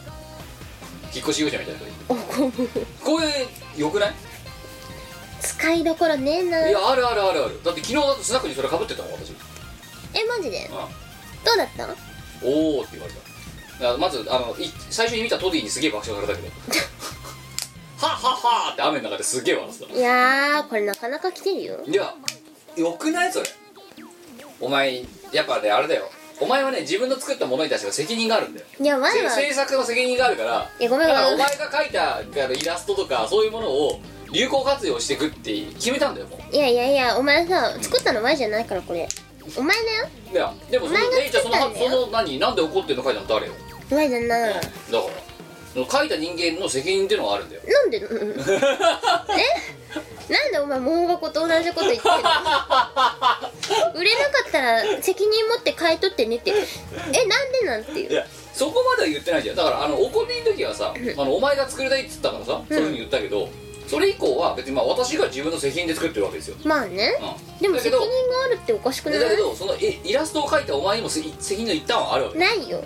[SPEAKER 3] 引っ越し業者みたいな人
[SPEAKER 4] おこぼう
[SPEAKER 3] これよくない
[SPEAKER 4] 使いどころねえない
[SPEAKER 3] やあるあるあるあるだって昨日だってスナックにそれかぶってたもん私
[SPEAKER 4] えマジで
[SPEAKER 3] あ
[SPEAKER 4] どうだった
[SPEAKER 3] おおって言われただからまずあのい最初に見たトディにすげえ爆笑されたけ どはっはっはーって雨の中ですげえ笑ってた
[SPEAKER 4] いやーこれなかなか来てるよ
[SPEAKER 3] いやよくないそれお前やっぱねあれだよお前はね自分の作ったものに対しての責任があるんだよ
[SPEAKER 4] いやわい
[SPEAKER 3] 制
[SPEAKER 4] は
[SPEAKER 3] 制作の責任があるから
[SPEAKER 4] いやごめん
[SPEAKER 3] だ
[SPEAKER 4] ご
[SPEAKER 3] から
[SPEAKER 4] め
[SPEAKER 3] お
[SPEAKER 4] ん
[SPEAKER 3] 前が描いたあのイラストとかそういうものを有効活用していくって決めたんだよもう
[SPEAKER 4] いやいやいやお前さ作ったのわいじゃないからこれお前だよ
[SPEAKER 3] いやでもその
[SPEAKER 4] お前が
[SPEAKER 3] えじゃあその
[SPEAKER 4] 作ったんだよ
[SPEAKER 3] その何なんで怒ってるの書いたの誰よ
[SPEAKER 4] わいじゃない
[SPEAKER 3] だからその書いた人間の責任っていうのがあるんだよ
[SPEAKER 4] なんでうんうんえなんでお前桃箱と同じこと 言ってるの売れなかったら責任持って買い取ってねってえなんでなんていう
[SPEAKER 3] いやそこまでは言ってないじゃんだからあの怒っていい時はさあのお前が作りたいっつったからさそういうふうに言ったけど、それ以降は別にまあ私が自分の責任で作ってるわけですよ、
[SPEAKER 4] まあね
[SPEAKER 3] うん、
[SPEAKER 4] でも
[SPEAKER 3] だけ
[SPEAKER 4] 責任
[SPEAKER 3] ど
[SPEAKER 4] があるっておかしくな
[SPEAKER 3] で
[SPEAKER 4] い
[SPEAKER 3] だけどそのえイラストを描いたお前にもせ責任の一端はあるわけ
[SPEAKER 4] ないよ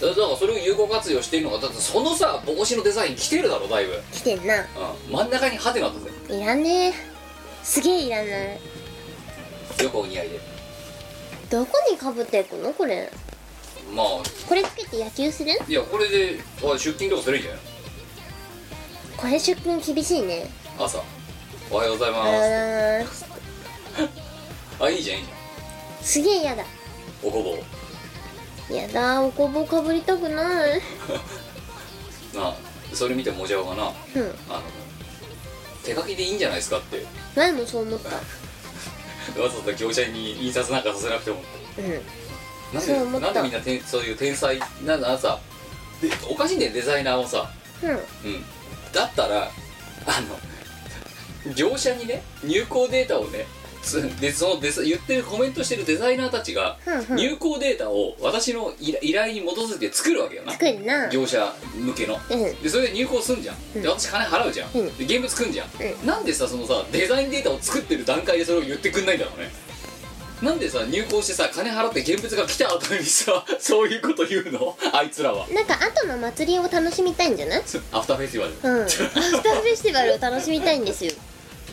[SPEAKER 3] だだからそれを有効活用しているのがだってそのさ帽子のデザイン来てるだろだいぶ、
[SPEAKER 4] 来てんな
[SPEAKER 3] うん、真ん中にハテナだぜ
[SPEAKER 4] いらねえすげえいらない
[SPEAKER 3] よくお似合いで
[SPEAKER 4] どこにかぶっていくのこれ
[SPEAKER 3] まあ
[SPEAKER 4] これつけて野球する
[SPEAKER 3] いやこれであ出勤とかするんじゃない
[SPEAKER 4] これ出勤厳しいね
[SPEAKER 3] 朝おはようござい
[SPEAKER 4] あ
[SPEAKER 3] ます
[SPEAKER 4] ー
[SPEAKER 3] あいいじゃんいいじゃ
[SPEAKER 4] すげえ嫌だ
[SPEAKER 3] んおこぼう
[SPEAKER 4] やだおこぼかぶりたくない
[SPEAKER 3] なあそれ見てもじゃおがなあ
[SPEAKER 4] うん
[SPEAKER 3] の手書きでいいんじゃないですかって
[SPEAKER 4] 前もそう思った
[SPEAKER 3] わざわざ業者に印刷なんかさせなくても
[SPEAKER 4] うん
[SPEAKER 3] なん
[SPEAKER 4] そう思
[SPEAKER 3] で
[SPEAKER 4] っ
[SPEAKER 3] な
[SPEAKER 4] た
[SPEAKER 3] んでみんなてんそういう天才なんださでおかしいんだよデザイナーもさ
[SPEAKER 4] うん
[SPEAKER 3] うん、だったらあの業者にね入稿データをねつでそのデザ言ってるコメントしてるデザイナーたちが
[SPEAKER 4] うんうん
[SPEAKER 3] 入稿データを私の依依頼に基づいて作るわけよな
[SPEAKER 4] 作るな
[SPEAKER 3] 業者向けの
[SPEAKER 4] うん
[SPEAKER 3] でそれで入稿すんじゃんで私金払うじゃんで
[SPEAKER 4] うん
[SPEAKER 3] 現物くんじゃん
[SPEAKER 4] う
[SPEAKER 3] なんでさそのさデザインデータを作ってる段階でそれを言ってくんないんだろうねなんでさ入稿してさ金払って現物が来た後にさ そういうこと言うのあいつらは
[SPEAKER 4] なんか後の祭りを楽しみたいんじゃない
[SPEAKER 3] アフターフェスティバル
[SPEAKER 4] うんアフターフェスティバルを楽しみたいんですよ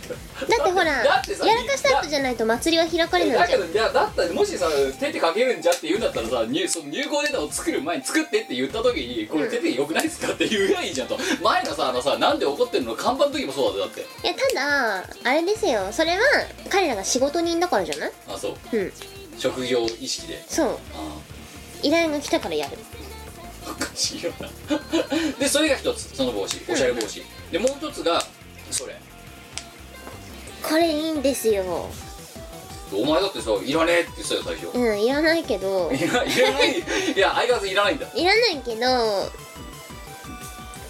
[SPEAKER 4] だってほら
[SPEAKER 3] だ
[SPEAKER 4] やら
[SPEAKER 3] ってさ
[SPEAKER 4] かした後じゃないと祭りは開かれな
[SPEAKER 3] だ
[SPEAKER 4] いじ
[SPEAKER 3] け
[SPEAKER 4] ゃん
[SPEAKER 3] どいやだったらもしさ手でかけるんじゃって言うんだったらさ入その入稿データを作る前に作ってって言った時にこれ手でよくないですかって言うやいいじゃんと前のさあのさなんで怒ってるの看板の時もそうだぜだって
[SPEAKER 4] いやただあれですよそれは彼らが仕事人だからじゃない
[SPEAKER 3] あそう
[SPEAKER 4] うん
[SPEAKER 3] 職業意識で
[SPEAKER 4] そう
[SPEAKER 3] あ
[SPEAKER 4] 依頼が来たからやる
[SPEAKER 3] あおかしいよなでそれが一つその帽子おしゃれ帽子でもう一つがそれ
[SPEAKER 4] これいいんですよ
[SPEAKER 3] お前だってさいらねえって言ってたよ最初
[SPEAKER 4] うんいらないけど
[SPEAKER 3] いらいらないいや相変わらずいらないんだ
[SPEAKER 4] いらないけど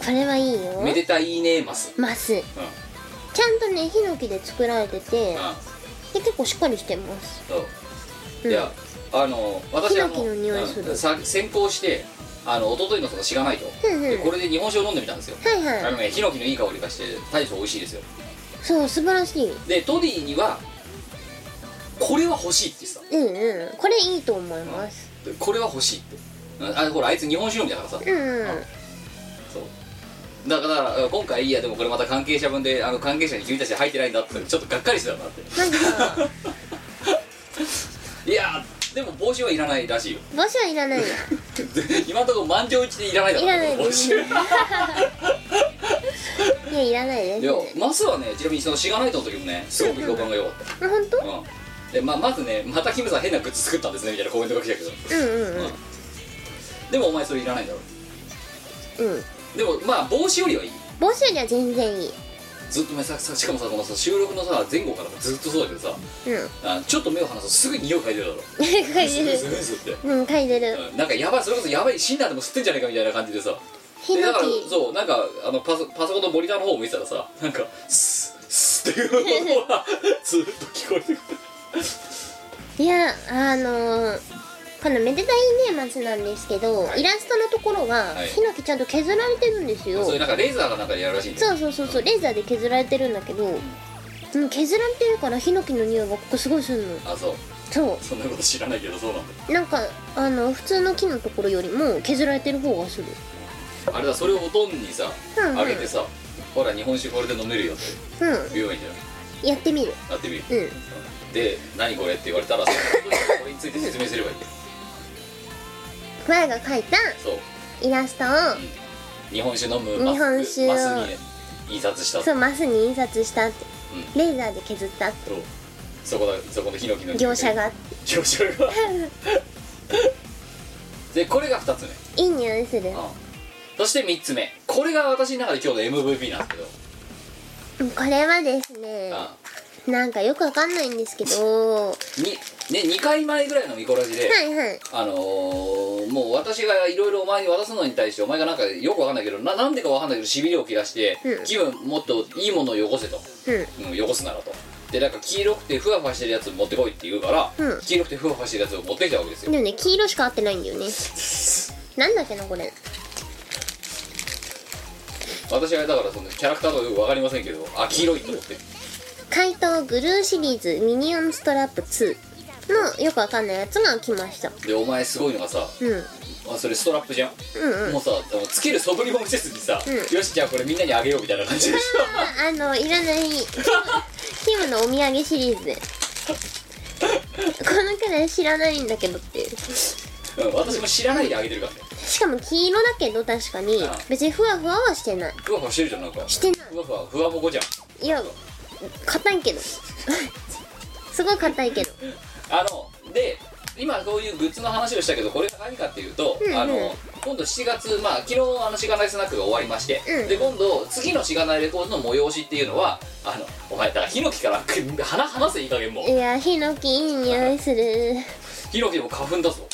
[SPEAKER 4] これはいいよ
[SPEAKER 3] めでたいねます
[SPEAKER 4] マス
[SPEAKER 3] うんうん
[SPEAKER 4] ちゃんとねヒノキで作られててで
[SPEAKER 3] そ
[SPEAKER 4] 結構しっかりしてます
[SPEAKER 3] ういやあの私あ
[SPEAKER 4] ヒノキの匂いする
[SPEAKER 3] うんさ先行してあの一昨日のとか知らないと
[SPEAKER 4] うんうん
[SPEAKER 3] でこれで日本酒を飲んでみたんですよ
[SPEAKER 4] はいはい
[SPEAKER 3] あのねヒノキのいい香りがして大層美味しいですよ
[SPEAKER 4] そう素晴らしい
[SPEAKER 3] でトディにはこれは欲しいって言ってた
[SPEAKER 4] うんうんこれいいと思います
[SPEAKER 3] でこれは欲しいってうんあほらあいつ日本酒飲みだからさ
[SPEAKER 4] うんうん
[SPEAKER 3] そうだからだから今回いやでもこれまた関係者分であの関係者に君たち入ってないんだってちょっとがっかりしてたなって
[SPEAKER 4] な んか
[SPEAKER 3] いやーでも帽子はいらないらしいよ
[SPEAKER 4] 帽子はいらないや
[SPEAKER 3] 今のところ満場一致でいらないだ
[SPEAKER 4] い
[SPEAKER 3] から
[SPEAKER 4] ない
[SPEAKER 3] 帽
[SPEAKER 4] で
[SPEAKER 3] 子
[SPEAKER 4] すいやいらないで
[SPEAKER 3] いや
[SPEAKER 4] すね
[SPEAKER 3] マスはねちなみにそのしがないとの時もねすごく評判が良かっ
[SPEAKER 4] あ本当
[SPEAKER 3] たうんでままずねまたキムさん変なグッズ作ったんですねみたいなコメントが来たけど
[SPEAKER 4] うんうんうん
[SPEAKER 3] でもお前それいらないだろ
[SPEAKER 4] うん
[SPEAKER 3] でもまあ帽子よりはいい
[SPEAKER 4] 帽子よりは全然いい
[SPEAKER 3] ずっとねささしかもさこのさ収録のさ前後からずっとそうだけどさ
[SPEAKER 4] うん
[SPEAKER 3] あちょっと目を離すとすぐ匂い嗅いでるだろ
[SPEAKER 4] 嗅いで
[SPEAKER 3] ス
[SPEAKER 4] る
[SPEAKER 3] ルスルって
[SPEAKER 4] うん嗅いでる
[SPEAKER 3] うんなんかやばいそれこそやばいシンナーでも吸ってんじゃねえかみたいな感じでさ
[SPEAKER 4] ヒ
[SPEAKER 3] でだ
[SPEAKER 4] ノ
[SPEAKER 3] から
[SPEAKER 4] キ
[SPEAKER 3] そうなんかあのパソパソコンのモニターの方を見てたらさなんかスッスッっていう音がずっと聞こえてくる
[SPEAKER 4] いやあのー、この「めでたいね松」なんですけど、イラストのところが
[SPEAKER 3] はい
[SPEAKER 4] ヒノキちゃんと削られてるんですよ、
[SPEAKER 3] そういうなんかレーザーがなんかでやるらしいんだよ
[SPEAKER 4] そうそうそうそうレーザーで削られてるんだけど、うん、削られてるからヒノキの匂いがここすごいすんの
[SPEAKER 3] あそう
[SPEAKER 4] そ
[SPEAKER 3] そんなこと知らないけどそうなんだ
[SPEAKER 4] うなんかあの普通の木のところよりも削られてる方がする
[SPEAKER 3] あれだそれをおとんにさ
[SPEAKER 4] うんうん
[SPEAKER 3] あげてさほら日本酒これで飲めるよって
[SPEAKER 4] う
[SPEAKER 3] 言えばいいんじゃない
[SPEAKER 4] んやってみる
[SPEAKER 3] やってみる
[SPEAKER 4] うん
[SPEAKER 3] で何これって言われたらそのこれについて説明すればいいんだよ
[SPEAKER 4] 前が描いた
[SPEAKER 3] そう
[SPEAKER 4] イラストを
[SPEAKER 3] 日本酒飲むマス
[SPEAKER 4] 日本酒を
[SPEAKER 3] マスに印刷した
[SPEAKER 4] そうマスに印刷したって、
[SPEAKER 3] う
[SPEAKER 4] レーザーで削ったって
[SPEAKER 3] そうそこだそこのヒノキの
[SPEAKER 4] 業者が
[SPEAKER 3] 業者 がでこれが2つ目
[SPEAKER 4] いい匂いする
[SPEAKER 3] そして3つ目これが私の中で今日の MVP なんですけど、
[SPEAKER 4] うんこれはですね
[SPEAKER 3] あ
[SPEAKER 4] なんかよくわかんないんですけどは
[SPEAKER 3] にね2回前ぐらいのミコラジで、
[SPEAKER 4] いはい
[SPEAKER 3] あのーもう私がいろいろお前に渡すのに対してお前がなんかよくわかんないけどななんでかわかんないけどしびれを切らして、
[SPEAKER 4] うん
[SPEAKER 3] 気分もっといいものをよこせと、
[SPEAKER 4] うん
[SPEAKER 3] うん、汚すならとでなんか黄色くてふわふわしてるやつ持ってこいって言うから、
[SPEAKER 4] うん
[SPEAKER 3] 黄色くてふわふわしてるやつを持ってきたわけです
[SPEAKER 4] で
[SPEAKER 3] よ
[SPEAKER 4] もね黄色しか合ってないんだよねなんだっけなこれ
[SPEAKER 3] 私はだからそのキャラクターとかよくわかりませんけどあ黄色いと思って
[SPEAKER 4] 怪盗グルーシリーズミニオンストラップ2のよくわかんないやつが来ました
[SPEAKER 3] でお前すごいのがさ
[SPEAKER 4] うんうん
[SPEAKER 3] あそれストラップじゃん、
[SPEAKER 4] うん
[SPEAKER 3] もうさあのつける素振りも見せずにさ、よしじゃあこれみんなにあげようみたいな感 じでし
[SPEAKER 4] まああのいらないキムキムのお土産シリーズでこのくらい知らないんだけどっていう
[SPEAKER 3] ょ、うん、私も知らないであげてるからね
[SPEAKER 4] しかも黄色だけど確かに別にふわふわはしてない
[SPEAKER 3] ふわふわしてるじゃんなんか
[SPEAKER 4] してない
[SPEAKER 3] ふわふわふわぼこじゃん
[SPEAKER 4] いや硬いけど すごい硬いけど
[SPEAKER 3] あので今こういうグッズの話をしたけどこれが何かっていうと、
[SPEAKER 4] うんうん
[SPEAKER 3] あの今度7月まあ昨日あのしがないスナックが終わりまして、
[SPEAKER 4] うん
[SPEAKER 3] で今度次のしがないレコードの催しっていうのはあのお前だからヒノキからく鼻離せいい加減もう
[SPEAKER 4] いやヒノキいい匂いする
[SPEAKER 3] ヒノキでも花粉だぞ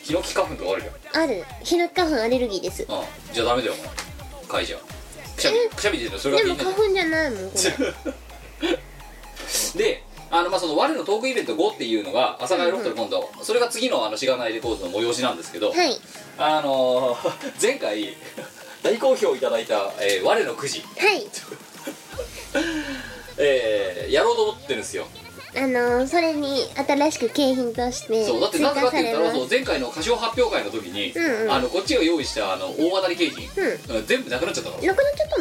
[SPEAKER 3] ヒノキ花粉とかあるじゃん
[SPEAKER 4] あるヒノキ花粉アレルギーです
[SPEAKER 3] ああじゃあダメだよお前かいじゃんくしゃみくしゃみ出てるそれが気
[SPEAKER 4] でも
[SPEAKER 3] にな
[SPEAKER 4] 花粉じゃないもんこれ
[SPEAKER 3] るであのまあその我のトークイベント5っていうのが阿佐ヶ谷ロフトで今度、それが次のあのしがないレコードの催しなんですけど、
[SPEAKER 4] はい
[SPEAKER 3] あのー 前回大好評いただいた「えー我のくじ
[SPEAKER 4] はい」
[SPEAKER 3] えーやろうと思ってるんですよ、
[SPEAKER 4] あのー、それに新しく景品として
[SPEAKER 3] そうだって
[SPEAKER 4] 追
[SPEAKER 3] な
[SPEAKER 4] 加
[SPEAKER 3] ぜかっ
[SPEAKER 4] さ
[SPEAKER 3] て言っ
[SPEAKER 4] れ
[SPEAKER 3] たら
[SPEAKER 4] ま
[SPEAKER 3] そう
[SPEAKER 4] す
[SPEAKER 3] 前回の歌唱発表会の時に、
[SPEAKER 4] うんうん
[SPEAKER 3] あのこっちが用意したあの大当たり景品、うん全部なくなっちゃったから
[SPEAKER 4] なくなっちゃった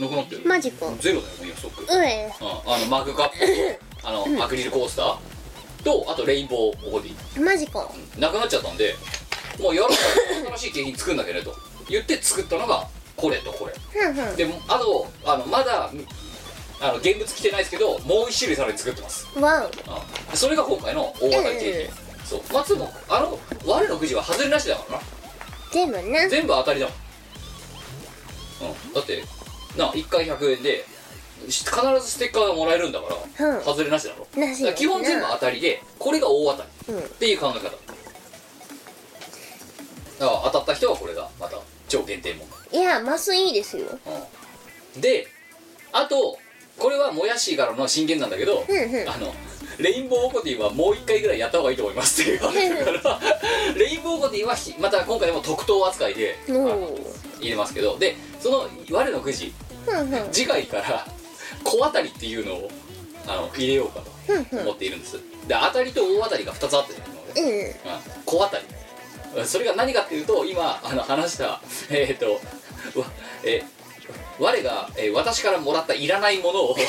[SPEAKER 4] の
[SPEAKER 3] なくなってる
[SPEAKER 4] マジかう
[SPEAKER 3] ゼロだよねストック
[SPEAKER 4] え
[SPEAKER 3] うんあのマグカッ プとあのアクリルコースターとあとレインボーボディ
[SPEAKER 4] マジか
[SPEAKER 3] なくなっちゃったんでもうやろうか 新しい景品作んなきゃねと言って作ったのがこれとこれ
[SPEAKER 4] ふんふん
[SPEAKER 3] でもあとあのまだあの現物来てないですけどもう一種類さらに作ってます
[SPEAKER 4] わ
[SPEAKER 3] うんそれが今回の大当たり景
[SPEAKER 4] え
[SPEAKER 3] 品そうまあつもあの我のくじは外れなしだからな
[SPEAKER 4] お全部ね
[SPEAKER 3] 全部当たりだもん、うん、だってな1回100円でし必ずステッカーがもらえるんだから、
[SPEAKER 4] うん
[SPEAKER 3] 外れなしだろ
[SPEAKER 4] なし
[SPEAKER 3] だから基本全部当たりでこれが大当たり
[SPEAKER 4] うん
[SPEAKER 3] っていう考え方だから当たった人はこれがまた超限定もん
[SPEAKER 4] いやマスいいですよ
[SPEAKER 3] うんであとこれはもやしからの進言なんだけど、
[SPEAKER 4] うんうん
[SPEAKER 3] あのレインボーオコティはもう一回ぐらいやった方がいいと思いますって言われる からレインボーオコティはひまた今回も特等扱いであ
[SPEAKER 4] お
[SPEAKER 3] の
[SPEAKER 4] お
[SPEAKER 3] 入れますけどでその我のくじ
[SPEAKER 4] ふんふん
[SPEAKER 3] 次回から小当たりっていうのをあの入れようか
[SPEAKER 4] ふんふ
[SPEAKER 3] と
[SPEAKER 4] ん
[SPEAKER 3] 思っているんですで当たりと大当たりが2つあったじゃないの俺
[SPEAKER 4] うん
[SPEAKER 3] うん小当たりそれが何かっていうと今あの話したえっ、とわえー我が、えー私からもらったいらないものを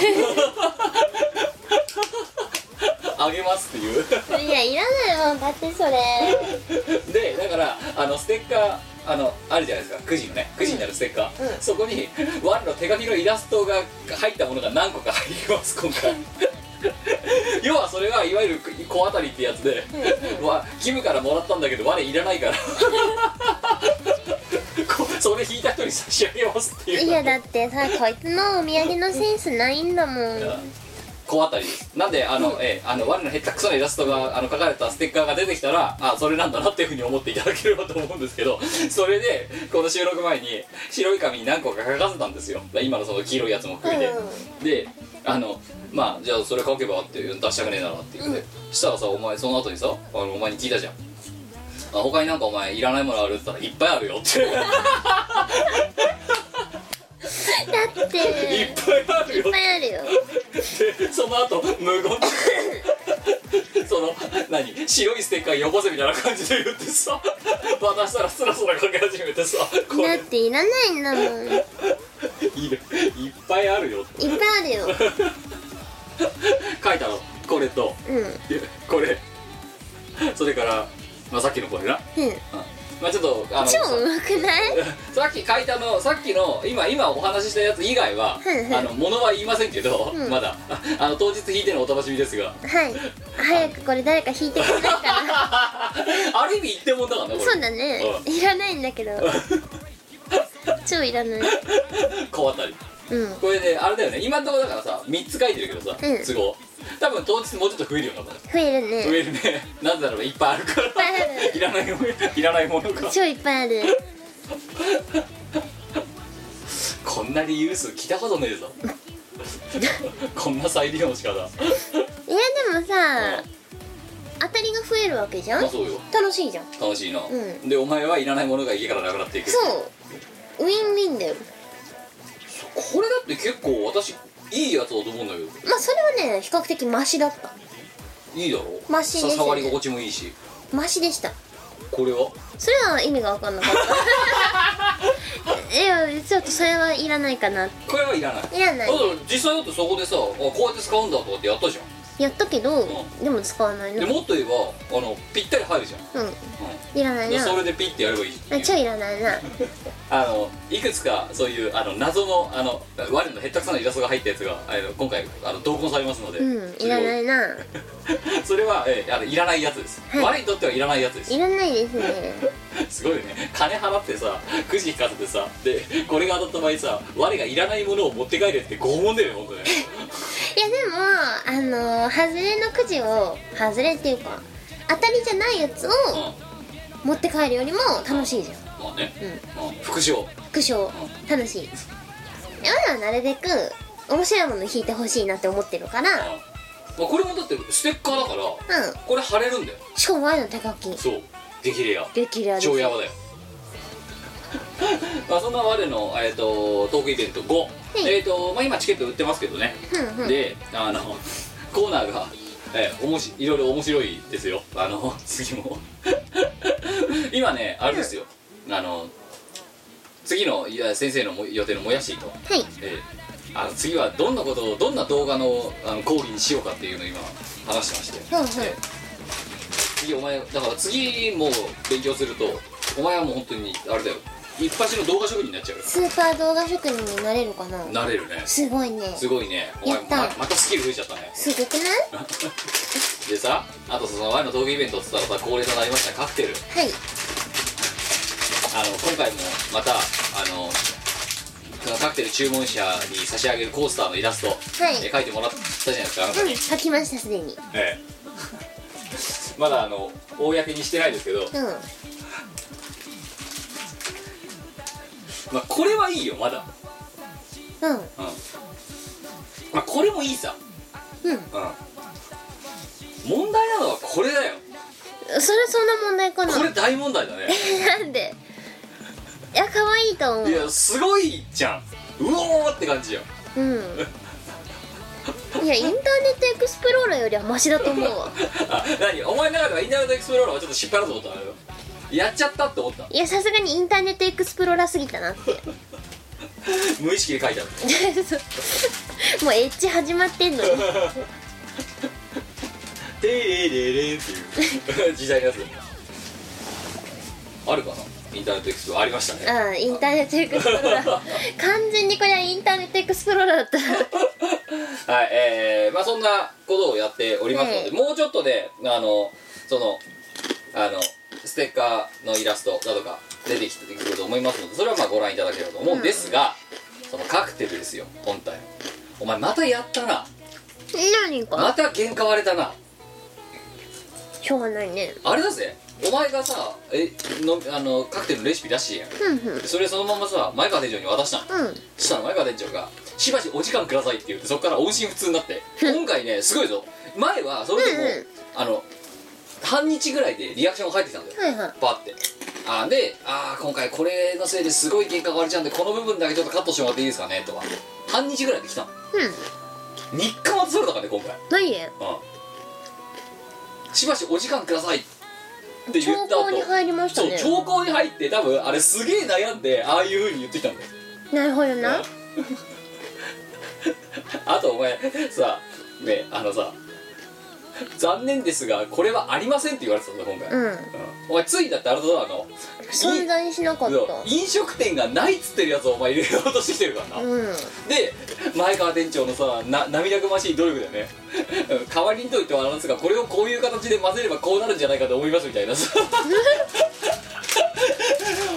[SPEAKER 3] あげますっていう
[SPEAKER 4] いやいらないもんだってそれ
[SPEAKER 3] でだからあのステッカーあのあるじゃないですか9時のね9時になるステッカー、
[SPEAKER 4] うん
[SPEAKER 3] そこにワンの手紙のイラストが入ったものが何個か入ります今回 要はそれはいわゆる小当たりってやつで、わキムからもらったんだけど我いら ないからこそれ引いた人に差し上げますっていう
[SPEAKER 4] いやだってさこいつのお土産のセンスないんだもん
[SPEAKER 3] 小当たりですなんであの、ええあの我の下手くそなイラストがあの書かれたステッカーが出てきたらあそれなんだなっていうふうに思っていただければと思うんですけ どそれでこの収録前に白い紙に何個か書かせたんですよ今のその黄色いやつも含めて、であのまあじゃあそれ書けばっていう出したくねえならっていうね、したらさお前その後にさあのお前に聞いたじゃんあ他になんかお前いらないものあるって言ったらいっ ぱいあるよって
[SPEAKER 4] だって
[SPEAKER 3] い
[SPEAKER 4] い
[SPEAKER 3] っぱいあるよ
[SPEAKER 4] っぱいあるよ
[SPEAKER 3] で その後無言 その何白いステッカーよこせみたいな感じで言ってさ 渡したらスラスラ書き始めてさこ
[SPEAKER 4] だ
[SPEAKER 3] れ
[SPEAKER 4] っていらないんだもんいっ
[SPEAKER 3] いるいっぱいあるよって
[SPEAKER 4] ぱいあるよ
[SPEAKER 3] 書いたのこれと
[SPEAKER 4] うん
[SPEAKER 3] いやこれそれから、まあ、さっきのこれな、
[SPEAKER 4] うん
[SPEAKER 3] うんまあちょっとあの
[SPEAKER 4] 超うまくない
[SPEAKER 3] さっ き書いたのさっきの今今お話ししたやつ以外は
[SPEAKER 4] うんうん
[SPEAKER 3] あの物は言いませんけど、
[SPEAKER 4] うん
[SPEAKER 3] まだあの当日引いてのお楽しみですが
[SPEAKER 4] はい早くこれ誰か引いてくれないかな
[SPEAKER 3] ある意味一点もんだからねこれ
[SPEAKER 4] そうだね
[SPEAKER 3] う
[SPEAKER 4] いらないんだけど超いらない
[SPEAKER 3] 小当たり
[SPEAKER 4] うん
[SPEAKER 3] これねあれだよね今んところだからさ3つ書いてるけどさ、
[SPEAKER 4] うん
[SPEAKER 3] 都合多分当日もうちょっと増えるよな多分
[SPEAKER 4] 増え
[SPEAKER 3] 増
[SPEAKER 4] るね
[SPEAKER 3] えるね なぜならばいっぱいあるから
[SPEAKER 4] ぱいある
[SPEAKER 3] いらないものいらないものが
[SPEAKER 4] 超いっぱいある
[SPEAKER 3] こんな理由数聞いたことねえ ぞこんな再利用の仕方
[SPEAKER 4] いやでもさ当たりが増えるわけじゃん
[SPEAKER 3] まあそうよ
[SPEAKER 4] 楽しいじゃん
[SPEAKER 3] 楽しいな、
[SPEAKER 4] ん
[SPEAKER 3] でお前はいらないものが家からなくなっていく
[SPEAKER 4] そうウィンウィンだよ
[SPEAKER 3] これだって結構私いいやつだと思うんだけど
[SPEAKER 4] まあそれはね比較的マシだった
[SPEAKER 3] いいだろ
[SPEAKER 4] マシですよね
[SPEAKER 3] さ触り心地もいいし
[SPEAKER 4] マシでした
[SPEAKER 3] これは
[SPEAKER 4] それは意味が分かんなかったいやちょっとそれはいらないかな
[SPEAKER 3] これはいらない
[SPEAKER 4] いらない
[SPEAKER 3] だから実際だってそこでさあこうやって使うんだとかってやったじゃん
[SPEAKER 4] やったけど
[SPEAKER 3] う
[SPEAKER 4] でも使わない
[SPEAKER 3] で
[SPEAKER 4] の
[SPEAKER 3] もっと言えばあのぴったり入るじゃん、
[SPEAKER 4] うん
[SPEAKER 3] う
[SPEAKER 4] いらない
[SPEAKER 3] ん、で
[SPEAKER 4] な
[SPEAKER 3] それでピッてやればいいってい
[SPEAKER 4] あ
[SPEAKER 3] う
[SPEAKER 4] 超いらないな
[SPEAKER 3] あのいくつかそういうあの謎のあの我のへったくさなイラストが入ったやつがあの今回あの同梱されますので、
[SPEAKER 4] うんいらないな
[SPEAKER 3] それは、えーあのい らないやつです、
[SPEAKER 4] はい
[SPEAKER 3] 我にとってはいらないやつで
[SPEAKER 4] い
[SPEAKER 3] す
[SPEAKER 4] らないですね
[SPEAKER 3] すごいよね金払ってさくじ引かせてさでこれが当たった場合さ我がいらないものを持って帰れって拷問だよね 本当ね
[SPEAKER 4] いやでもあの外れのくじを外れっていうか当たりじゃないやつを
[SPEAKER 3] うん
[SPEAKER 4] 持って帰るよりも楽しいじゃん
[SPEAKER 3] まあね、
[SPEAKER 4] う
[SPEAKER 3] うん、副賞
[SPEAKER 4] 副賞楽しい俺はなるべく面白いもの引いてほしいなって思ってるから
[SPEAKER 3] まあ、これもだってステッカーだから
[SPEAKER 4] う
[SPEAKER 3] これ貼れるんだよ
[SPEAKER 4] んしかも前の手書き
[SPEAKER 3] そう激レア
[SPEAKER 4] 激レアです
[SPEAKER 3] 超ヤバだよ まあそんな我の、えー、とトークイベント5、
[SPEAKER 4] い
[SPEAKER 3] えーとまあ、今チケット売ってますけどね、
[SPEAKER 4] うんうん
[SPEAKER 3] であのコーナーが、えーおもしいろいろ面白いですよあの次も 今ねあれですよ、あの次のいや先生のも予定のもやしと、
[SPEAKER 4] はい
[SPEAKER 3] えーあの次はどんなことをどんな動画のあの講義にしようかっていうのを今話してまして、
[SPEAKER 4] うんうん
[SPEAKER 3] えー次お前だから次もう勉強するとお前はもう本当にあれだよ一発の動画職人になっちゃうよ
[SPEAKER 4] スーパー動画職人になれるかな
[SPEAKER 3] なれるね
[SPEAKER 4] すごいね
[SPEAKER 3] すごいねお
[SPEAKER 4] や
[SPEAKER 3] 前
[SPEAKER 4] っ
[SPEAKER 3] ま
[SPEAKER 4] た
[SPEAKER 3] またスキル増えちゃったね
[SPEAKER 4] すごくない
[SPEAKER 3] でさあとその前のトークイベントっつったらさ恒例となりましたカクテル
[SPEAKER 4] はい
[SPEAKER 3] あの今回もまたあのックがかけてる注文者に差し上げるコースターのイラスト、
[SPEAKER 4] い
[SPEAKER 3] えー描いてもらったじゃないですかあなたに、
[SPEAKER 4] 書きましたすでにうん
[SPEAKER 3] え えまだあの公にしてないですけど、まあ、これはいいよまだ、
[SPEAKER 4] うん
[SPEAKER 3] うんまあ、これもいいさ、
[SPEAKER 4] うん
[SPEAKER 3] うん、問題なのはこれだよ
[SPEAKER 4] それそんな問題かな
[SPEAKER 3] これ大問題だね
[SPEAKER 4] なんでいや可愛いと思
[SPEAKER 3] いうやすごいじゃんうおーって感じよ
[SPEAKER 4] うんいやインターネットエクスプローラーよりはマシだと思う わ
[SPEAKER 3] あ何お前の中ではインターネットエクスプローラーはちょっと失敗だと思ったのよやっちゃったって思った
[SPEAKER 4] いやさすがにインターネットエクスプローラーすぎたなって
[SPEAKER 3] 無意識で書いてある
[SPEAKER 4] もうエッジ始まって んのに
[SPEAKER 3] 「テレレレ」っていう 時代のやつあるかなインターネットエクスプローラーありましたね
[SPEAKER 4] ああインターネットエクスプ ローラー完全にこれはインターネットエクスプローラーだった
[SPEAKER 3] はいえー、まあそんなことをやっておりますので、
[SPEAKER 4] ええ
[SPEAKER 3] もうちょっとであのそのあのステッカーのイラストだとか出てきてくると思いますのでそれはまあご覧いただければと思うんですが、そのカクテルですよ本体お前またやったな
[SPEAKER 4] 何
[SPEAKER 3] ま
[SPEAKER 4] か
[SPEAKER 3] た喧嘩割れたな
[SPEAKER 4] しょうがないね
[SPEAKER 3] あれだぜお前がさえのあのカクテルのレシピ出してやん
[SPEAKER 4] ふんふん
[SPEAKER 3] それそのままさ前川店長に渡したの
[SPEAKER 4] うん
[SPEAKER 3] そしたら前川店長が「しばしお時間ください」って言ってそこから音信不通になって今回ねすごいぞ前はそれでも、
[SPEAKER 4] うんうん
[SPEAKER 3] あの半日ぐらいでリアクションが返ってきたんだよ
[SPEAKER 4] はいはい
[SPEAKER 3] バーってあーで「ああ今回これのせいですごい喧嘩が割れちゃうんでこの部分だけちょっとカットしてもらっていいですかね」とか半日ぐらいで来たの
[SPEAKER 4] うん
[SPEAKER 3] 日課までそれだからね今回
[SPEAKER 4] 何で
[SPEAKER 3] うんしばしお時間くださいって言った
[SPEAKER 4] 兆
[SPEAKER 3] 後
[SPEAKER 4] 候に入りました
[SPEAKER 3] そう
[SPEAKER 4] ね
[SPEAKER 3] 兆候に入って多分あれすげえ悩んでああいう風に言ってきたんだよ
[SPEAKER 4] なるほどな
[SPEAKER 3] あとお前さねあのさ残念ですがこれはありませんって言われてたんだ今回、
[SPEAKER 4] う
[SPEAKER 3] うん
[SPEAKER 4] ん
[SPEAKER 3] お前ついだってあれだぞあの
[SPEAKER 4] 存在しなかっ
[SPEAKER 3] そう
[SPEAKER 4] た
[SPEAKER 3] 飲食店がないっつってるやつをお前入れようとしてきてるからな、
[SPEAKER 4] うん
[SPEAKER 3] で前川店長のさな涙ぐましい努力だよねうん代わりにといってはなんですがこれをこういう形で混ぜればこうなるんじゃないかと思いますみたいな さ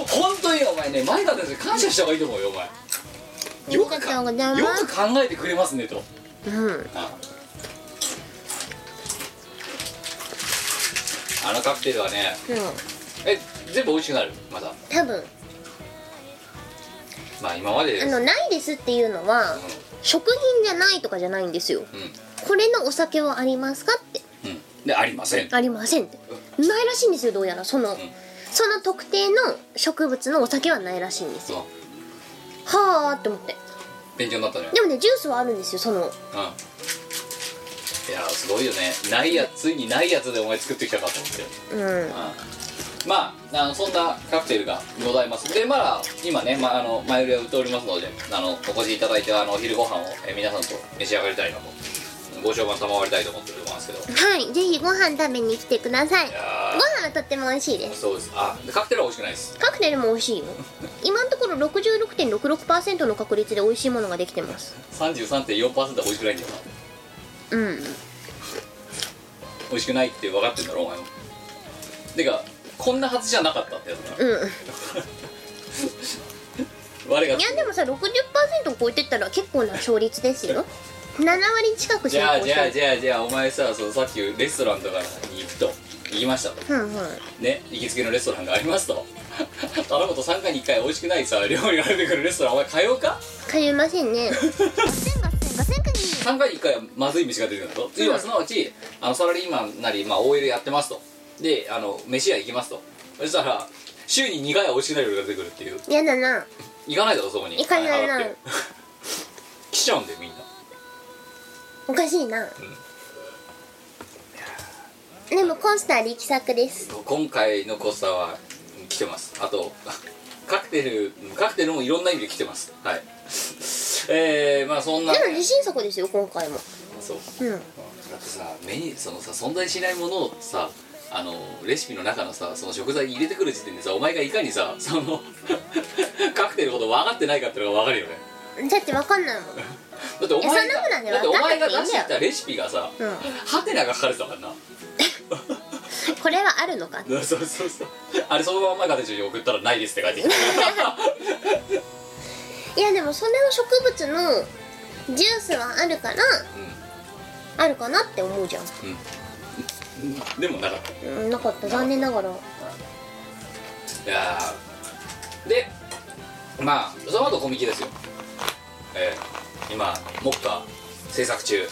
[SPEAKER 3] 本当にお前ね前川店長に感謝した方がいいと思うよお前よくか
[SPEAKER 4] ありがとうござい
[SPEAKER 3] よ
[SPEAKER 4] ます
[SPEAKER 3] く考えてくれますねと
[SPEAKER 4] うん
[SPEAKER 3] ああのカクテルはね
[SPEAKER 4] うん
[SPEAKER 3] え全部美味しくなるまた
[SPEAKER 4] 多分
[SPEAKER 3] まあ今までで
[SPEAKER 4] あ
[SPEAKER 3] す
[SPEAKER 4] のないですっていうのは食品じゃないとかじゃないんですよ
[SPEAKER 3] うん
[SPEAKER 4] これのお酒はありますかっ
[SPEAKER 3] う
[SPEAKER 4] て
[SPEAKER 3] ん、うん、でありません
[SPEAKER 4] ありませんってないらしいんですよどうやらその、その特定の植物のお酒はないらしいんですよ
[SPEAKER 3] そう
[SPEAKER 4] はあって思って
[SPEAKER 3] 勉強になったね
[SPEAKER 4] でもねジュースはあるんですよその
[SPEAKER 3] うんいやーすごいよねないやつついにないやつでお前作ってきたかと思って、
[SPEAKER 4] うん
[SPEAKER 3] うん、まああのそんなカクテルがございますでまだ今ね、まあ、あの前売りは売っておりますのであのお越しいただいてあのお昼ご飯をえ皆さんと召し上がりたいなとご賞賛賜りたいと思っておりますけどい
[SPEAKER 4] はいぜひご飯食べに来てくださいご
[SPEAKER 3] や
[SPEAKER 4] 飯はとっても美味しいで
[SPEAKER 3] ー
[SPEAKER 4] す
[SPEAKER 3] そうですあでカクテルは美味しくないです
[SPEAKER 4] カクテルも美味しいよ今のところ66.66%の確率で美味しいものができてます
[SPEAKER 3] 33.4%は美味しくないんだよな
[SPEAKER 4] うん
[SPEAKER 3] 美味しくないって分かってんだろお前もてかこんなはずじゃなかったってやつだな
[SPEAKER 4] うん
[SPEAKER 3] 我が
[SPEAKER 4] いやでもさ60%を超えてったら結構な勝率ですよ7割近く
[SPEAKER 3] じ
[SPEAKER 4] 成
[SPEAKER 3] ゃあ
[SPEAKER 4] 功
[SPEAKER 3] じ
[SPEAKER 4] し
[SPEAKER 3] ゃあ
[SPEAKER 4] てる
[SPEAKER 3] じゃあじゃあお前さそのさっきレストランとかに行くと行きましたと
[SPEAKER 4] うんうん
[SPEAKER 3] ね行きつけのレストランがありますと 頼むと3回に1回美味しくないさ料理が出てくるレストランお前通うか
[SPEAKER 4] 通いません ね
[SPEAKER 1] 千五千五千国
[SPEAKER 3] 3回に1回はまずい飯が出てくると次はすなわちあのサラリーマンなり、まあ、OL やってますとであの飯屋行きますとそしたら週に2回は美味しくない料理が出てくるっていう
[SPEAKER 4] やだな
[SPEAKER 3] 行かないだろそこに
[SPEAKER 4] 行かない
[SPEAKER 3] 金
[SPEAKER 4] な
[SPEAKER 3] 払って 来ちゃうんだよみんな
[SPEAKER 4] おかしいな、でもコースター力作です
[SPEAKER 3] 今回のコスターは来てますあと カクテルカクテルもいろんな意味で来てますはい えー、まあそんな
[SPEAKER 4] でも自信作ですよ今回も
[SPEAKER 3] そう
[SPEAKER 4] うん
[SPEAKER 3] だってさメニューそのさ存在しないものをさあのレシピの中のさその食材に入れてくる時点でさお前がいかにさその カクテルのこと分かってないかっていうのが分かるよね
[SPEAKER 4] だってわかんないもん
[SPEAKER 3] だってお前
[SPEAKER 4] いやそんなことなん
[SPEAKER 3] が
[SPEAKER 4] だよ
[SPEAKER 3] だってお前が出
[SPEAKER 4] 分かんなくていい
[SPEAKER 3] してき
[SPEAKER 4] んだよ
[SPEAKER 3] たレシピがさ、
[SPEAKER 4] うん
[SPEAKER 3] ハテナが書かれてたからな
[SPEAKER 4] これはあるのか
[SPEAKER 3] そうそう そうあれそのまんま前から手に送ったらないですって書いてきた
[SPEAKER 4] いやでもそれは植物のジュースはあるからあるかなって思うじゃん、
[SPEAKER 3] でもなかった
[SPEAKER 4] うん、なかった残念ながら
[SPEAKER 3] いやーでまあその後コミケですよえー、今目下制作中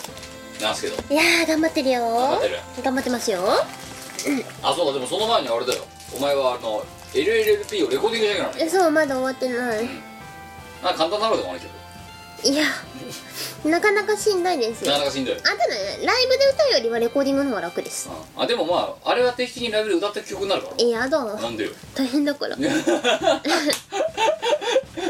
[SPEAKER 3] なんですけど
[SPEAKER 4] いやー頑張ってるよ
[SPEAKER 3] 頑張ってる
[SPEAKER 4] 頑張ってますよ
[SPEAKER 3] あそうかでもその前にあれだよお前はあの LLP をレコーディングしなきゃならない
[SPEAKER 4] えそうまだ終わってない
[SPEAKER 3] なんか簡単なのでもないけど
[SPEAKER 4] いやなかなかしんどいですよ
[SPEAKER 3] な
[SPEAKER 4] あ
[SPEAKER 3] かなかしんどい、うん、
[SPEAKER 4] ただねライブで歌うよりはレコーディングの方が楽です
[SPEAKER 3] あでもまああれは定期的にライブで歌った曲になるか
[SPEAKER 4] いやだ
[SPEAKER 3] らなんでよ
[SPEAKER 4] 大変だから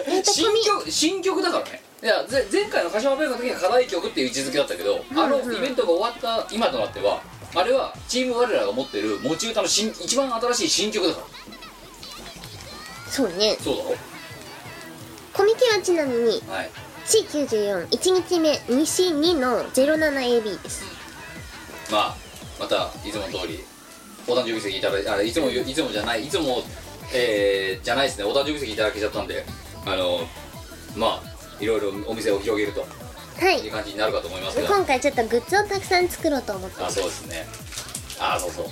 [SPEAKER 4] えっと
[SPEAKER 3] 新
[SPEAKER 4] 紙
[SPEAKER 3] 曲新曲だからねいやぜ前回の鹿島ペイの時は課題曲っていう位置づけだったけど、あのイベントが終わった今となってはあれはチーム我らが持ってる持ち歌の新一番新しい新曲だから
[SPEAKER 4] そうね
[SPEAKER 3] そうだ
[SPEAKER 4] コミケはちなみに
[SPEAKER 3] ろはい
[SPEAKER 4] C941 日目西2の 07AB です
[SPEAKER 3] まあまたいつもの通りお誕生日席いただいあいつもいつもじゃないいつも、えーじゃないですねお誕生日席いただけちゃったんであのまあいろいろお店を広げると
[SPEAKER 4] はいいう
[SPEAKER 3] 感じになるかと思いますけど
[SPEAKER 4] 今回ちょっとグッズをたくさん作ろうと思って
[SPEAKER 3] あ
[SPEAKER 4] ま
[SPEAKER 3] そうですねあそうそう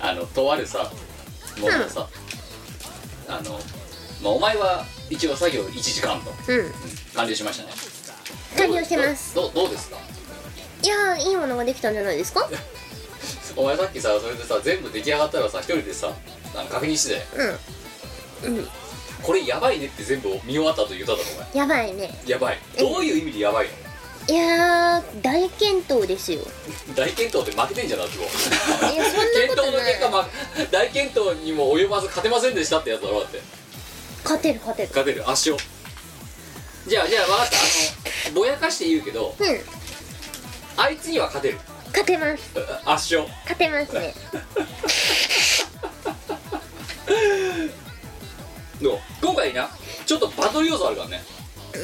[SPEAKER 3] あのとあるさもうさ、あの、まあ、お前は一応作業1時間と、うん
[SPEAKER 4] すうん
[SPEAKER 3] 完了しましたね
[SPEAKER 4] 完了してます
[SPEAKER 3] どうどうですか
[SPEAKER 4] いやーいいものができたんじゃないですか
[SPEAKER 3] お前さっきさそれでさ全部出来上がったらさ一人でさあの確認してたよ
[SPEAKER 4] う
[SPEAKER 3] これやばいねって全部見終わったと言っただろお前
[SPEAKER 4] んやばいね
[SPEAKER 3] やばいどういう意味でやばいの
[SPEAKER 4] いやー大健闘ですよ
[SPEAKER 3] 大健闘って負けてんじゃない今
[SPEAKER 4] いやそん な
[SPEAKER 3] 健
[SPEAKER 4] こと
[SPEAKER 3] 闘の
[SPEAKER 4] ない
[SPEAKER 3] 結果、ま、大健闘にも及ばず勝てませんでしたってやつだろだって
[SPEAKER 4] 勝てる勝てる
[SPEAKER 3] 勝てる圧勝じゃあじゃあ分かったあのぼやかして言うけど
[SPEAKER 4] うん
[SPEAKER 3] あいつには勝てる
[SPEAKER 4] 勝てます
[SPEAKER 3] あ圧勝
[SPEAKER 4] 勝てますね
[SPEAKER 3] の今回なちょっとバトル要素あるからね